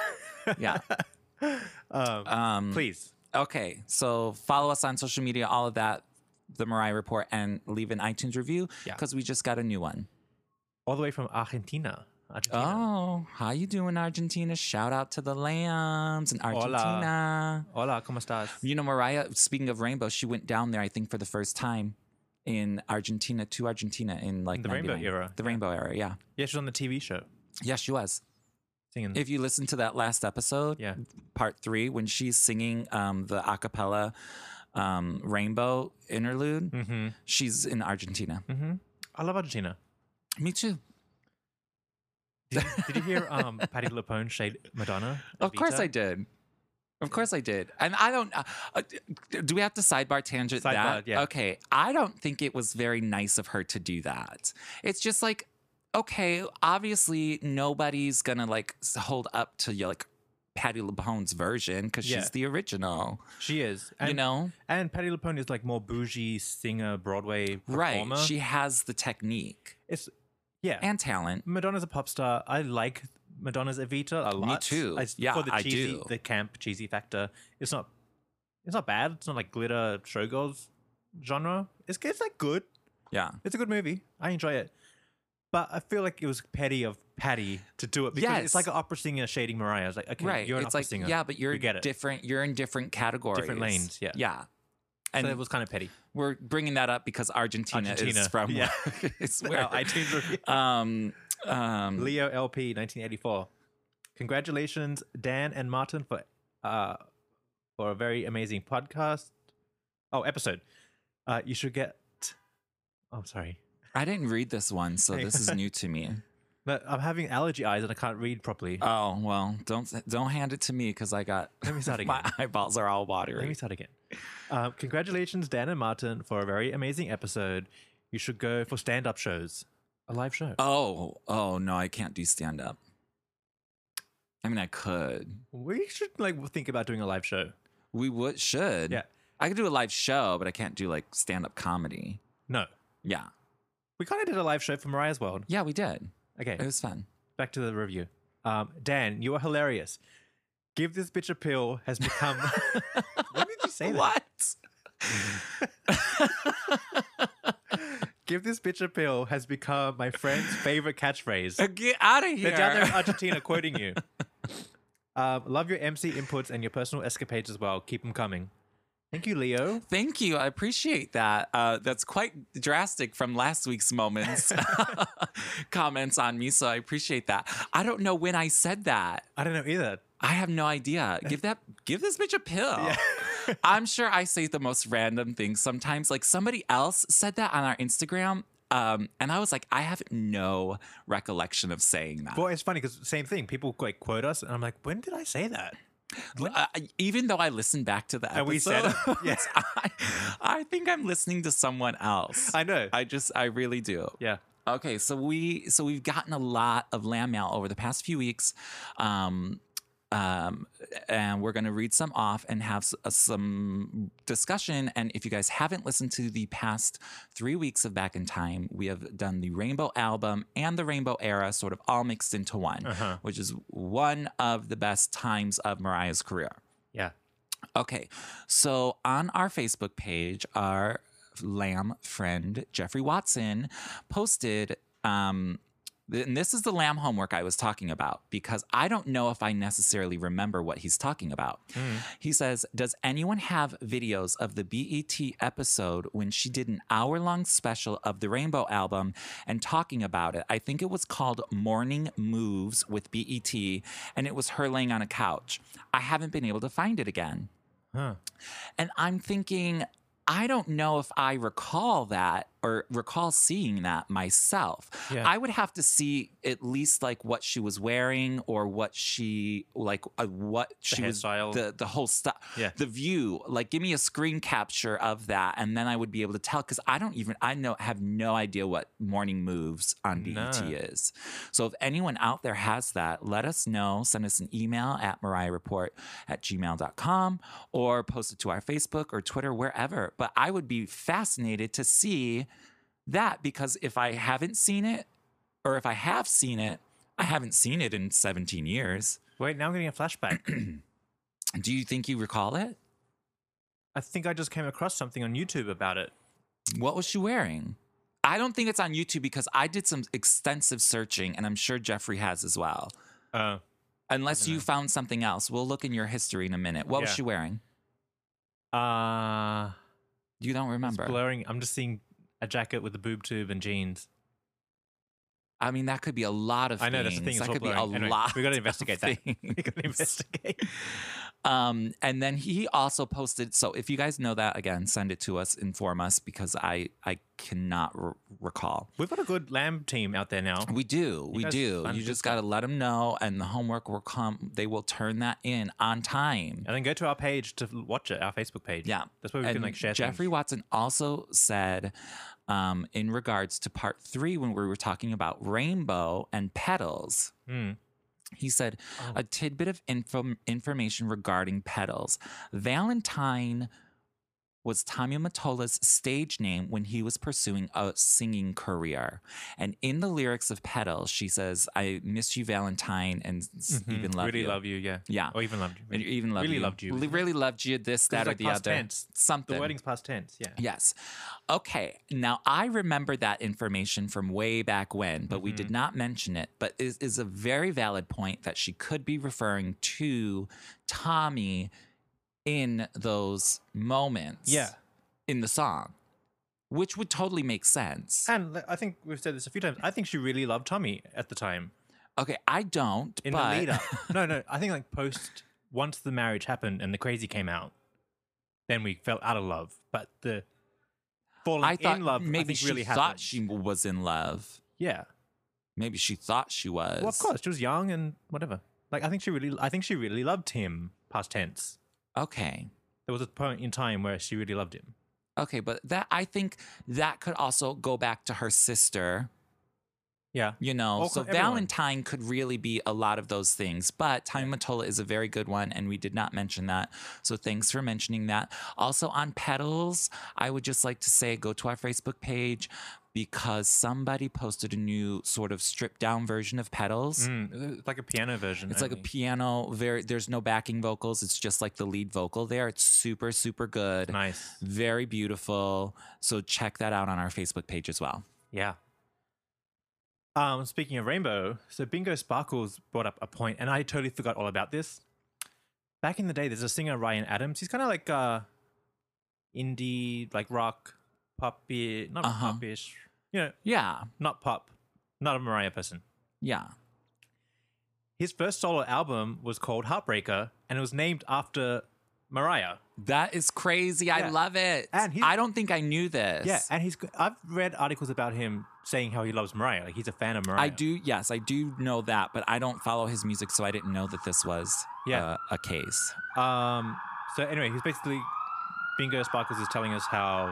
S1: yeah.
S2: Um,
S1: Um,
S2: please.
S1: Okay, so follow us on social media, all of that, the Mariah Report, and leave an iTunes review
S2: Yeah.
S1: because we just got a new one.
S2: All the way from Argentina. Argentina.
S1: Oh, how you doing, Argentina? Shout out to the lambs in Argentina.
S2: Hola, ¿cómo estás?
S1: You know, Mariah. Speaking of rainbow, she went down there, I think, for the first time in Argentina to Argentina in like
S2: The rainbow
S1: 99.
S2: era,
S1: The rainbow era, yeah,
S2: Yeah, she's on the TV show.
S1: yeah, she was.
S2: singing.
S1: If you listen to that last episode,
S2: yeah,
S1: part three, when she's singing um, the a cappella um, rainbow interlude,
S2: mm-hmm.
S1: she's in Argentina.
S2: Mm-hmm. I love Argentina. Mm-hmm.
S1: Me too.
S2: Did, you- did you hear um, Patty LuPone shade Madonna?
S1: Of course
S2: Evita?
S1: I did. Of course I did. And I don't. Uh, uh, do we have to sidebar tangent
S2: Sidebar,
S1: that?
S2: yeah.
S1: Okay. I don't think it was very nice of her to do that. It's just like, okay, obviously nobody's gonna like s- hold up to your like Patty LuPone's version because
S2: Yeah.
S1: she's the original.
S2: She is. And,
S1: you know,
S2: and Patty LuPone is like more bougie singer, Broadway performer.
S1: right? She has the technique
S2: it's yeah.
S1: and talent.
S2: Madonna's a pop star. I like Madonna's Evita a lot.
S1: too.
S2: It's
S1: Yeah,
S2: for the
S1: I
S2: cheesy,
S1: do.
S2: the camp cheesy factor. It's not. It's not bad. It's not like glitter showgirls genre. It's it's like good.
S1: Yeah.
S2: It's a good movie. I enjoy it. But I feel like it was petty of Patty to do it because
S1: Yes.
S2: it's like an opera singer shading Mariah. It's like, okay,
S1: right.
S2: you're an
S1: it's
S2: opera
S1: like,
S2: singer.
S1: yeah, but you're
S2: We get it.
S1: different. You're in different categories,
S2: lanes, yeah.
S1: Yeah.
S2: And
S1: And
S2: it was kind of petty.
S1: we're bringing that up because Argentina, is
S2: Argentina,
S1: from
S2: yeah.
S1: it's
S2: Our
S1: where
S2: iTunes review.
S1: um um
S2: Leo LP, 1984. Congratulations, Dan and Martin, for uh, for a very amazing podcast. Oh, episode. Uh, you should get. Oh, sorry.
S1: I didn't read this one, so
S2: Hey.
S1: this is new to me.
S2: But I'm having allergy eyes and I can't read properly.
S1: Oh well, don't don't hand it to me because I got
S2: Let me start again.
S1: my eyeballs are all
S2: Let me
S1: watery.
S2: start again. Um, congratulations, Dan and Martin, for a very amazing episode. You should go for stand up shows, a live show.
S1: Oh oh no, I can't do stand up. I mean, I could.
S2: we should like think about doing a live show.
S1: We would should.
S2: Yeah.
S1: I could do a live show, but I can't do like stand up comedy.
S2: No,
S1: Yeah.
S2: we kind of did a live show for Mariah's World.
S1: Yeah, we did.
S2: Okay,
S1: It was fun.
S2: back to the review. Um, Dan, you are hilarious. Give this bitch a pill has become. when did you say that?
S1: What?
S2: Give this bitch a pill has become my friend's favorite catchphrase.
S1: Get out of
S2: They're down there in
S1: here.
S2: Argentina quoting you. Um, love your MC inputs and your personal escapades as well. Keep them coming. Thank you, Leo.
S1: Thank you. I appreciate that. Uh, that's quite drastic from last week's moments comments on me. So I appreciate that. I don't know when I said that.
S2: I don't know either.
S1: I have no idea. Give that. Give this bitch a pill. I'm sure I say the most random things sometimes. Like somebody else said that on our Instagram. Um, and I was like, I have no recollection of saying that.
S2: Well, it's funny because same thing. People like quote us, and I'm like, when did I say that?
S1: Uh, even though I listened back to the episode,
S2: And we said it. Yeah.
S1: I, I think I'm listening to someone else.
S2: I know.
S1: I just, I really do.
S2: yeah.
S1: Okay, so we, so we've gotten a lot of land mail over the past few weeks, um, um, and we're going to read some off and have s- uh, some discussion. And if you guys haven't listened to the past three weeks of Back in Time, we have done the Rainbow album and the Rainbow era, sort of all mixed into one,
S2: Uh-huh.
S1: which is one of the best times of Mariah's career.
S2: Yeah.
S1: Okay. So on our Facebook page, our lamb friend Jeffrey Watson posted um th- and this is the lamb homework I was talking about because I don't know if I necessarily remember what he's talking about. He says, Does anyone have videos of the BET episode when she did an hour long special of the Rainbow album and talking about it? I think it was called Morning Moves with BET, and it was her laying on a couch. I haven't been able to find it again.
S2: Huh.
S1: And I'm thinking, I don't know if I recall that or recall seeing that myself.
S2: Yeah.
S1: I would have to see at least like what she was wearing or what she like uh, what she was
S2: hairstyle.
S1: the the whole stuff.
S2: Yeah.
S1: The view, like give me a screen capture of that and then I would be able to tell cuz I don't even I know have no idea what morning moves on BET
S2: No.
S1: is. So if anyone out there has that, let us know. Send us an email at mariahreport at gmail.com or post it to our Facebook or Twitter, wherever. But I would be fascinated to see that because if I haven't seen it or if I have seen it, I haven't seen it in 17 years.
S2: Wait, now I'm getting a flashback.
S1: Do you think you recall it?
S2: I think I just came across something on YouTube about it.
S1: What was she wearing? I don't think it's on YouTube because I did some extensive searching and I'm sure Jeffrey has as well.
S2: Oh.
S1: Unless
S2: Doesn't
S1: you
S2: know.
S1: found something else. We'll look in your history in a minute. What was
S2: Yeah.
S1: she wearing?
S2: Uh,
S1: You don't
S2: it's
S1: remember.
S2: blurring. I'm just seeing a jacket with a boob tube and jeans.
S1: I mean, that could be a lot of
S2: I
S1: things.
S2: know that's the thing. It's
S1: That
S2: all
S1: could be a
S2: blurring. Anyway,
S1: lot.
S2: we gotta
S1: of
S2: investigate that. We gotta
S1: things.
S2: investigate.
S1: Um, and then he also posted. So if you guys know that, again, send it to us, inform us, because I I cannot r recall.
S2: We've got a good lamb team out there now.
S1: We do, we
S2: guys
S1: do.
S2: find
S1: You
S2: good
S1: just
S2: stuff.
S1: got to let them know, and the homework will come. They will turn that in on time.
S2: And then go to our page to watch it, our Facebook page.
S1: Yeah.
S2: That's where we can
S1: And
S2: like share
S1: Jeffrey
S2: things.
S1: Watson also said, um, in regards to part three, when we were talking about rainbow and petals,
S2: Mm.
S1: he said
S2: Oh.
S1: a tidbit of inform- information regarding petals. Valentine was Tommy Motola's stage name when he was pursuing a singing career. And in the lyrics of Petals, she says, I miss you, Valentine, and s-
S2: Mhm.
S1: even love
S2: really
S1: you.
S2: love you, yeah.
S1: Yeah.
S2: Or even loved you.
S1: And even loved
S2: really
S1: you.
S2: loved you.
S1: Really, really loved you, this, that,
S2: That
S1: or
S2: like
S1: the
S2: past
S1: other.
S2: tense. The
S1: Something.
S2: wording's past tense, yeah.
S1: Yes. Okay. Now I remember that information from way back when, but we
S2: Mm-hmm.
S1: did not mention it. But it is a very valid point that she could be referring to Tommy in those moments.
S2: Yeah.
S1: In the song, which would totally make sense.
S2: And like, I think we've said this a few times. I think she really loved Tommy at the time.
S1: Okay, I don't.
S2: In
S1: but
S2: the lead up. No, no. I think like post once the marriage happened and the crazy came out, then we fell out of love. But the falling
S1: I thought
S2: in love I
S1: maybe
S2: think,
S1: she
S2: really
S1: thought
S2: happened.
S1: she was in love.
S2: Yeah.
S1: Maybe she thought she was.
S2: Well, of course, she was young and whatever. Like I think she really, I think she really loved him. Past tense.
S1: Okay.
S2: There was a point in time where she really loved him.
S1: Okay, but that I think that could also go back to her sister.
S2: Yeah.
S1: You know,
S2: Or
S1: so
S2: could everyone.
S1: Valentine could really be a lot of those things, but Tommy Mottola is a very good one, and we did not mention that. So thanks for mentioning that. Also on pedals, I would just like to say go to our Facebook page because somebody posted a new sort of stripped down version of pedals.
S2: Mm, it's like a piano version.
S1: It's like a
S2: only.
S1: piano, very there's no backing vocals. It's just like the lead vocal there. It's super, super good.
S2: nice.
S1: Very beautiful. So check that out on our Facebook page as well.
S2: Yeah. Um, speaking of rainbow, so Bingo Sparkles brought up a point, and I totally forgot all about this. Back in the day, there's a singer Ryan Adams. He's kind of like uh, indie, like rock, poppy, not
S1: Uh-huh.
S2: popish. You know,
S1: Yeah.
S2: not pop, not a Mariah person.
S1: Yeah.
S2: His first solo album was called Heartbreaker, and it was named after Mariah.
S1: That is crazy. I
S2: Yeah.
S1: love it.
S2: And he's-
S1: I don't think I knew this.
S2: Yeah, and he's. I've read articles about him saying how he loves Mariah. Like he's a fan of Mariah.
S1: I do. Yes, I do know that, but I don't follow his music, so I didn't know that this was
S2: Yeah.
S1: uh, a case.
S2: Um, so anyway, he's basically Bingo Sparkles is telling us how,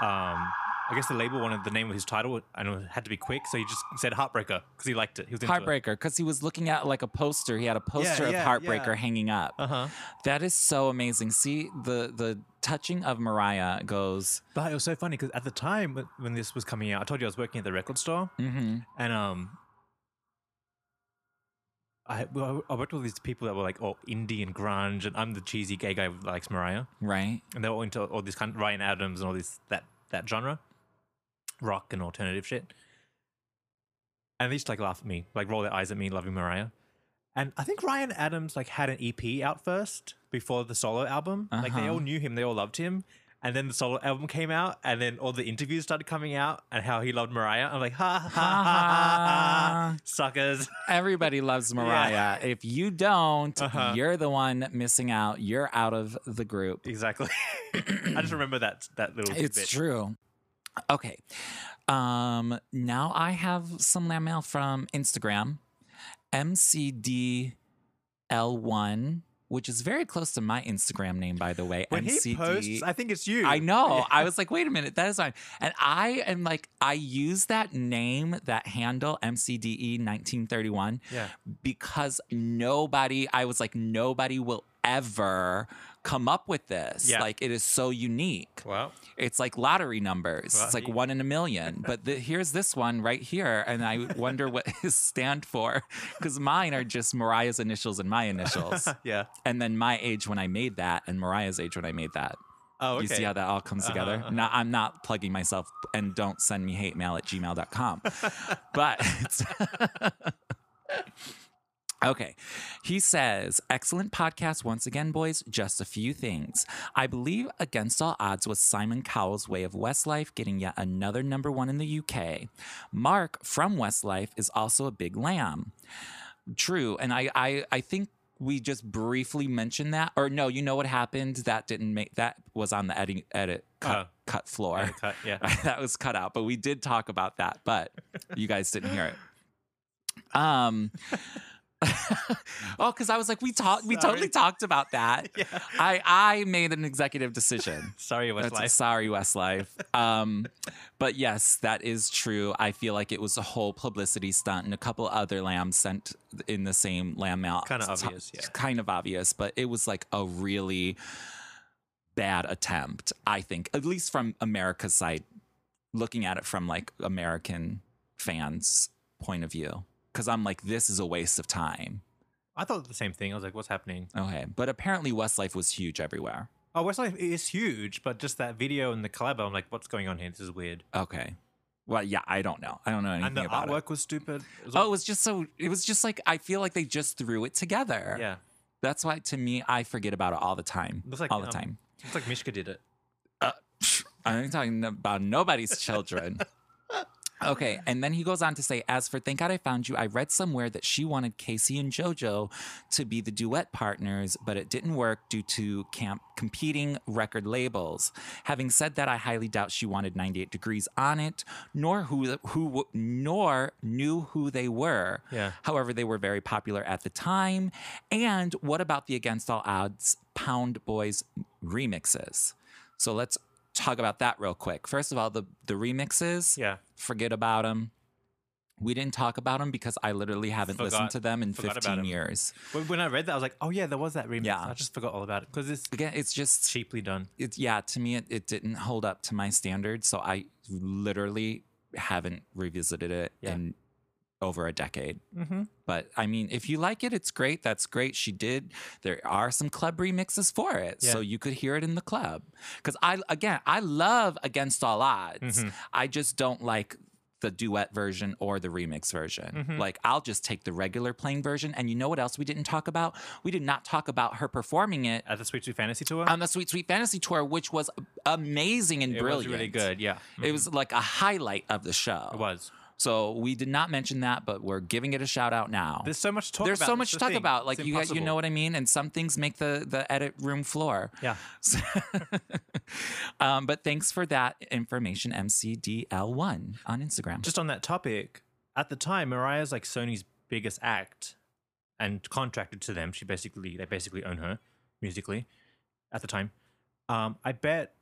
S2: um, I guess the label wanted the name of his title and it had to be quick, so he just said Heartbreaker because he liked it. He was into
S1: Heartbreaker, because he was looking at like a poster. He had a poster
S2: yeah,
S1: of Heartbreaker
S2: yeah.
S1: hanging up.
S2: Uh huh.
S1: That is so amazing. See the the touching of Mariah goes.
S2: But it was so funny because at the time when- when this was coming out, I told you I was working at the record store,
S1: Mm-hmm.
S2: and um, I well, I worked with these people that were like oh indie and grunge, and I'm the cheesy gay guy who likes Mariah.
S1: Right.
S2: and they're all into all this kind of Ryan Adams and all this that that genre, rock and alternative shit. And they just like laugh at me, like roll their eyes at me, loving Mariah. And I think Ryan Adams like had an EP out first before the solo album. Like they
S1: Uh-huh.
S2: all knew him, they all loved him. And then the solo album came out, and then all the interviews started coming out, and how he loved Mariah. I'm like, ha ha ha ha, ha suckers.
S1: Everybody loves Mariah. If you don't,
S2: Uh-huh.
S1: you're the one missing out. You're out of the group.
S2: exactly. I just remember that that little.
S1: It's
S2: bit.
S1: true. Okay. Um, now I have some land mail from Instagram, MCDL1, which is very close to my Instagram name, by the way.
S2: When
S1: MCD.
S2: he posts, I think it's you.
S1: I know.
S2: Yeah.
S1: I was like, wait a minute, that is mine. And I am like, I use that name, that handle, E MCDE1931,
S2: Yeah.
S1: because nobody, I was like, nobody will ever come up with this.
S2: Yeah.
S1: Like, it is so unique.
S2: Well,
S1: It's like lottery numbers.
S2: Well,
S1: it's like
S2: he-
S1: one in a million. But the, here's this one right here, and I wonder what his stand for, because mine are just Mariah's initials and my initials,
S2: yeah.
S1: and then my age when I made that, and Mariah's age when I made that.
S2: Oh, okay.
S1: You see how that all comes together?
S2: Uh-huh,
S1: Now, I'm not plugging myself, and don't send me hate mail at gmail.com. but Okay. He says, excellent podcast once again, boys. Just a few things. I believe Against All Odds was Simon Cowell's way of Westlife getting yet another number one in the UK. Mark from Westlife is also a big lamb. True. And I, I, I think we just briefly mentioned that. Or no, you know what happened? That didn't make that was on the edit, edit cut,
S2: Oh.
S1: cut floor.
S2: Cut, yeah.
S1: that was cut out, but we did talk about that, but you guys didn't hear it. Um Oh, cuz I was like we talked we
S2: Sorry.
S1: totally talked about that.
S2: yeah.
S1: I I made an executive decision.
S2: Sorry,
S1: That's-
S2: Westlife.
S1: Sorry, Westlife. Um, but yes, that is true. I feel like it was a whole publicity stunt, and a couple other lambs sent in the same lamb mail.
S2: Kinda
S1: It's
S2: obvious, yeah.
S1: Kind of obvious, but it was like a really bad attempt. I think, at least from America's side, looking at it from like American fans' point of view, because I'm like, this is a waste of time.
S2: I thought the same thing. I was like, what's happening?
S1: Okay, but apparently Westlife was huge everywhere.
S2: Oh, Westlife is huge, but just that video and the collab, I'm like, what's going on here? This is weird.
S1: Okay. Well, yeah, I don't know. I don't know anything
S2: And the
S1: about it.
S2: artwork was stupid. It was
S1: Oh, it
S2: all-
S1: was just so. It was just like I feel like they just threw it together.
S2: yeah.
S1: that's why to me I forget about it all the time.
S2: Looks like,
S1: all the
S2: um,
S1: time.
S2: It's like Mishka did it.
S1: I'm talking about nobody's children. Okay, and then he goes on to say, as for Thank God I Found You, I read somewhere that she wanted Casey and JoJo to be the duet partners, but it didn't work due to camp competing record labels. Having said that, I highly doubt she wanted 98 Degrees on it, nor who who nor knew who they were.
S2: Yeah.
S1: However, they were very popular at the time. And what about the Against All Odds Pound Boys remixes? So let's talk about that real quick. First of all, the the remixes,
S2: Yeah.
S1: forget about them. We didn't talk about them because I literally haven't listened
S2: Forgot-
S1: to them in
S2: forgot about
S1: 15
S2: them.
S1: years.
S2: When, when I read that, I was like, oh, yeah, there was that remix.
S1: Yeah.
S2: I just forgot all about it because it's
S1: Again, it's just
S2: cheaply done.
S1: it's yeah to me it, it didn't hold up to my standards so i literally haven't revisited it
S2: Yeah.
S1: in over a decade
S2: Mm-hmm.
S1: but i mean if you like it it's great that's great she did there are some club remixes for it so you could hear it in the club because i again i love against all odds
S2: Mhm.
S1: i just don't like the duet version or the remix version.
S2: Mhm.
S1: Like, I'll just take the regular plain version. And you know what else we didn't talk about? We did not talk about her performing it
S2: At the Sweet Tooth Fantasy Tour?
S1: on the Sweet Sweet Fantasy Tour, which was amazing and
S2: it
S1: brilliant.
S2: was really good. Yeah.
S1: It was like a highlight of the show.
S2: It was.
S1: So we did not mention that, but we're giving it a shout out now.
S2: There's so much to talk
S1: There's
S2: about.
S1: so
S2: That's
S1: much
S2: the
S1: to talk
S2: thing.
S1: about.
S2: It's
S1: Like you, you know
S2: impossible.
S1: what I mean. And some things make the the edit room floor.
S2: Yeah.
S1: So- um, but thanks for that information, MCDL1 on Instagram.
S2: Just on that topic, at the time, Mariah's like Sony's biggest act and contracted to them. She basically, they basically own her musically at the time. Um, I bet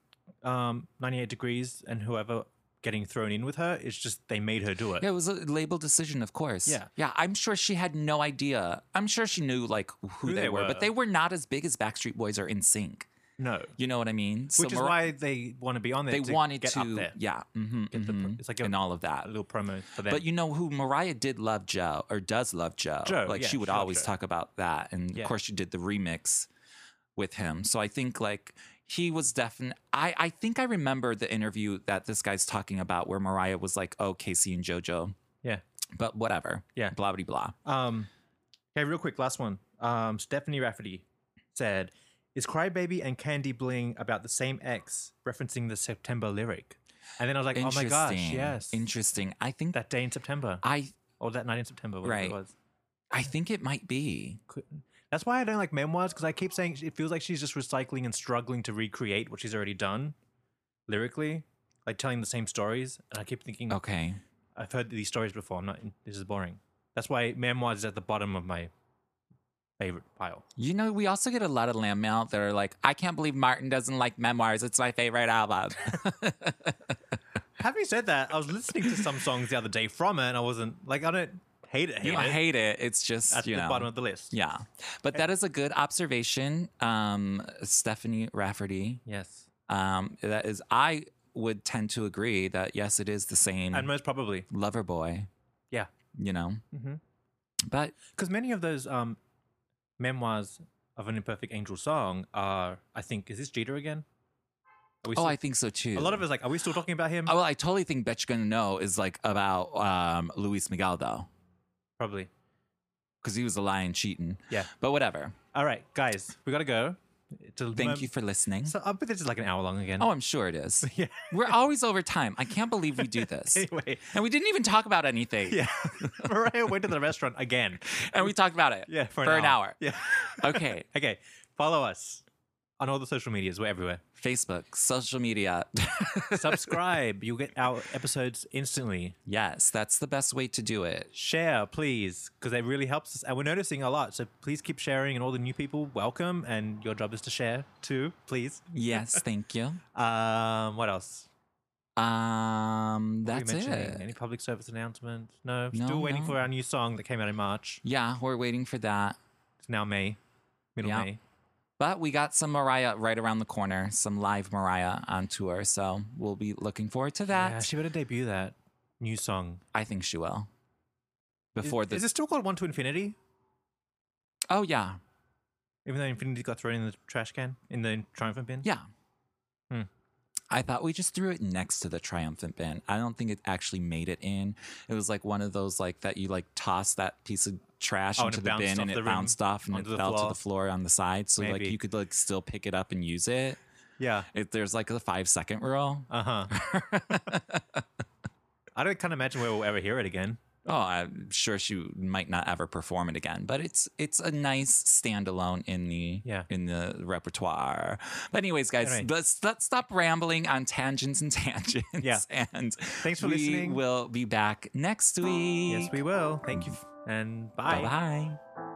S2: um, 98 Degrees and whoever getting thrown in with her, it's just they made her do it.
S1: Yeah, it was a label decision, of course.
S2: Yeah.
S1: Yeah, I'm sure she had no idea. I'm sure she knew like who, they, were, but they were not as big as Backstreet Boys or In Sync.
S2: No.
S1: You know what I mean? So
S2: Which is
S1: Mar-
S2: why they want to be on there.
S1: they
S2: to
S1: wanted
S2: get
S1: to,
S2: up there. Mm-hmm.
S1: yeah, hmm
S2: Get the pro- it's like a-
S1: and all of that.
S2: A little promo for them.
S1: But you know who Mariah did love Joe or does love Joe.
S2: Joe,
S1: like
S2: yeah,
S1: she would
S2: she loved
S1: always
S2: Joe.
S1: talk about that, and
S2: Yeah.
S1: of course she did the remix with him. So I think like he was definitely. I I think I remember the interview that this guy's talking about where Mariah was like, "Oh, Casey and JoJo."
S2: Yeah.
S1: But whatever.
S2: Yeah.
S1: Blah blah blah.
S2: Um, okay, real quick, last one. Um, Stephanie Rafferty said, "Is Crybaby and Candy Bling about the same ex, referencing the September lyric?" And then I was like, "Oh my gosh,
S1: Interesting.
S2: yes,
S1: Interesting. I think that
S2: that day in September,
S1: I
S2: or that night in September, whatever
S1: Right.
S2: it was."
S1: I think it might be.
S2: Couldn't- That's why I don't like memoirs because I keep saying it feels like she's just recycling and struggling to recreate what she's already done lyrically, like telling the same stories. And I keep thinking,
S1: Okay.
S2: I've heard these stories before. I'm not. This is boring. That's why memoirs is at the bottom of my favorite pile.
S1: You know, we also get a lot of lamb mail that are like, I can't believe Martin doesn't like memoirs. It's my favorite album.
S2: Having said that, I was listening to some songs the other day from it, and I wasn't like I don't hate it. Hate
S1: you don't
S2: it.
S1: hate it. It's just,
S2: at
S1: you
S2: the
S1: know.
S2: bottom of the list.
S1: yeah. But that is a good observation, um, Stephanie Rafferty.
S2: Yes,
S1: Um, that is, I would tend to agree that, yes, it is the same
S2: and most probably
S1: lover boy.
S2: Yeah.
S1: You know?
S2: Mhm.
S1: But
S2: because many of those um, memoirs of an imperfect angel song are. I think is this Jeter again? Are we
S1: Oh,
S2: still-
S1: I think so too.
S2: a lot of us like. Are we still talking about him?
S1: Oh, well, I totally think Bet You're Gonna Know is like about um, Luis Miguel, though.
S2: probably.
S1: because he was a lying cheating.
S2: Yeah.
S1: But whatever.
S2: All right, guys, we gotta go. It's a
S1: Thank
S2: mom-
S1: you for listening.
S2: So I bet this is like an hour long again.
S1: oh, I'm sure it is.
S2: yeah.
S1: We're always over time. I can't believe we do this.
S2: Anyway,
S1: And we didn't even talk about anything.
S2: yeah. Mariah went to the restaurant again.
S1: And we talked about it.
S2: Yeah, for,
S1: For an hour.
S2: Yeah.
S1: Okay.
S2: okay. Follow us on all the social medias. We're everywhere.
S1: Facebook, social media.
S2: Subscribe. You'll get our episodes instantly.
S1: yes, that's the best way to do it.
S2: Share, please, because it really helps us. And we're noticing a lot. So please keep sharing. And all the new people, welcome. And your job is to share too, please.
S1: Yes, thank you.
S2: Um, what else?
S1: Um,
S2: What are we
S1: that's
S2: mentioning?
S1: it.
S2: Any public service announcements? No.
S1: No,
S2: Still waiting
S1: no.
S2: for our new song that came out in March.
S1: Yeah, we're waiting for that.
S2: It's now May, middle
S1: Yeah.
S2: May.
S1: But we got some Mariah right around the corner, some live Mariah on tour. So we'll be looking forward to that.
S2: Yeah, she better debut that new song.
S1: I think she will.
S2: Is-
S1: Before
S2: is,
S1: this.
S2: it still called One to Infinity?
S1: oh, yeah.
S2: Even though Infinity got thrown in the trash can in the triumphant bin.
S1: Yeah.
S2: Hmm.
S1: I thought we just threw it next to the triumphant bin. I don't think it actually made it in. It was like one of those like that you like toss that piece of trash
S2: Oh, and
S1: into
S2: it
S1: the
S2: bounced
S1: bin
S2: off
S1: and
S2: the
S1: it
S2: rim
S1: bounced off and it
S2: onto the
S1: fell to
S2: floor.
S1: the floor on the side. So like
S2: Maybe.
S1: you could like still pick it up and use it.
S2: Yeah.
S1: If there's like a five second rule.
S2: Uh huh. I don't can't imagine where we'll ever hear it again.
S1: Oh, I'm sure she might not ever perform it again, but it's it's a nice standalone in the
S2: Yeah.
S1: in the repertoire. But anyways, guys,
S2: Anyway.
S1: let's let's stop rambling on tangents and tangents.
S2: Yeah.
S1: and
S2: Thanks for
S1: we
S2: listening.
S1: will be back next week.
S2: Yes, we will. Thank you. f- And
S1: Bye bye.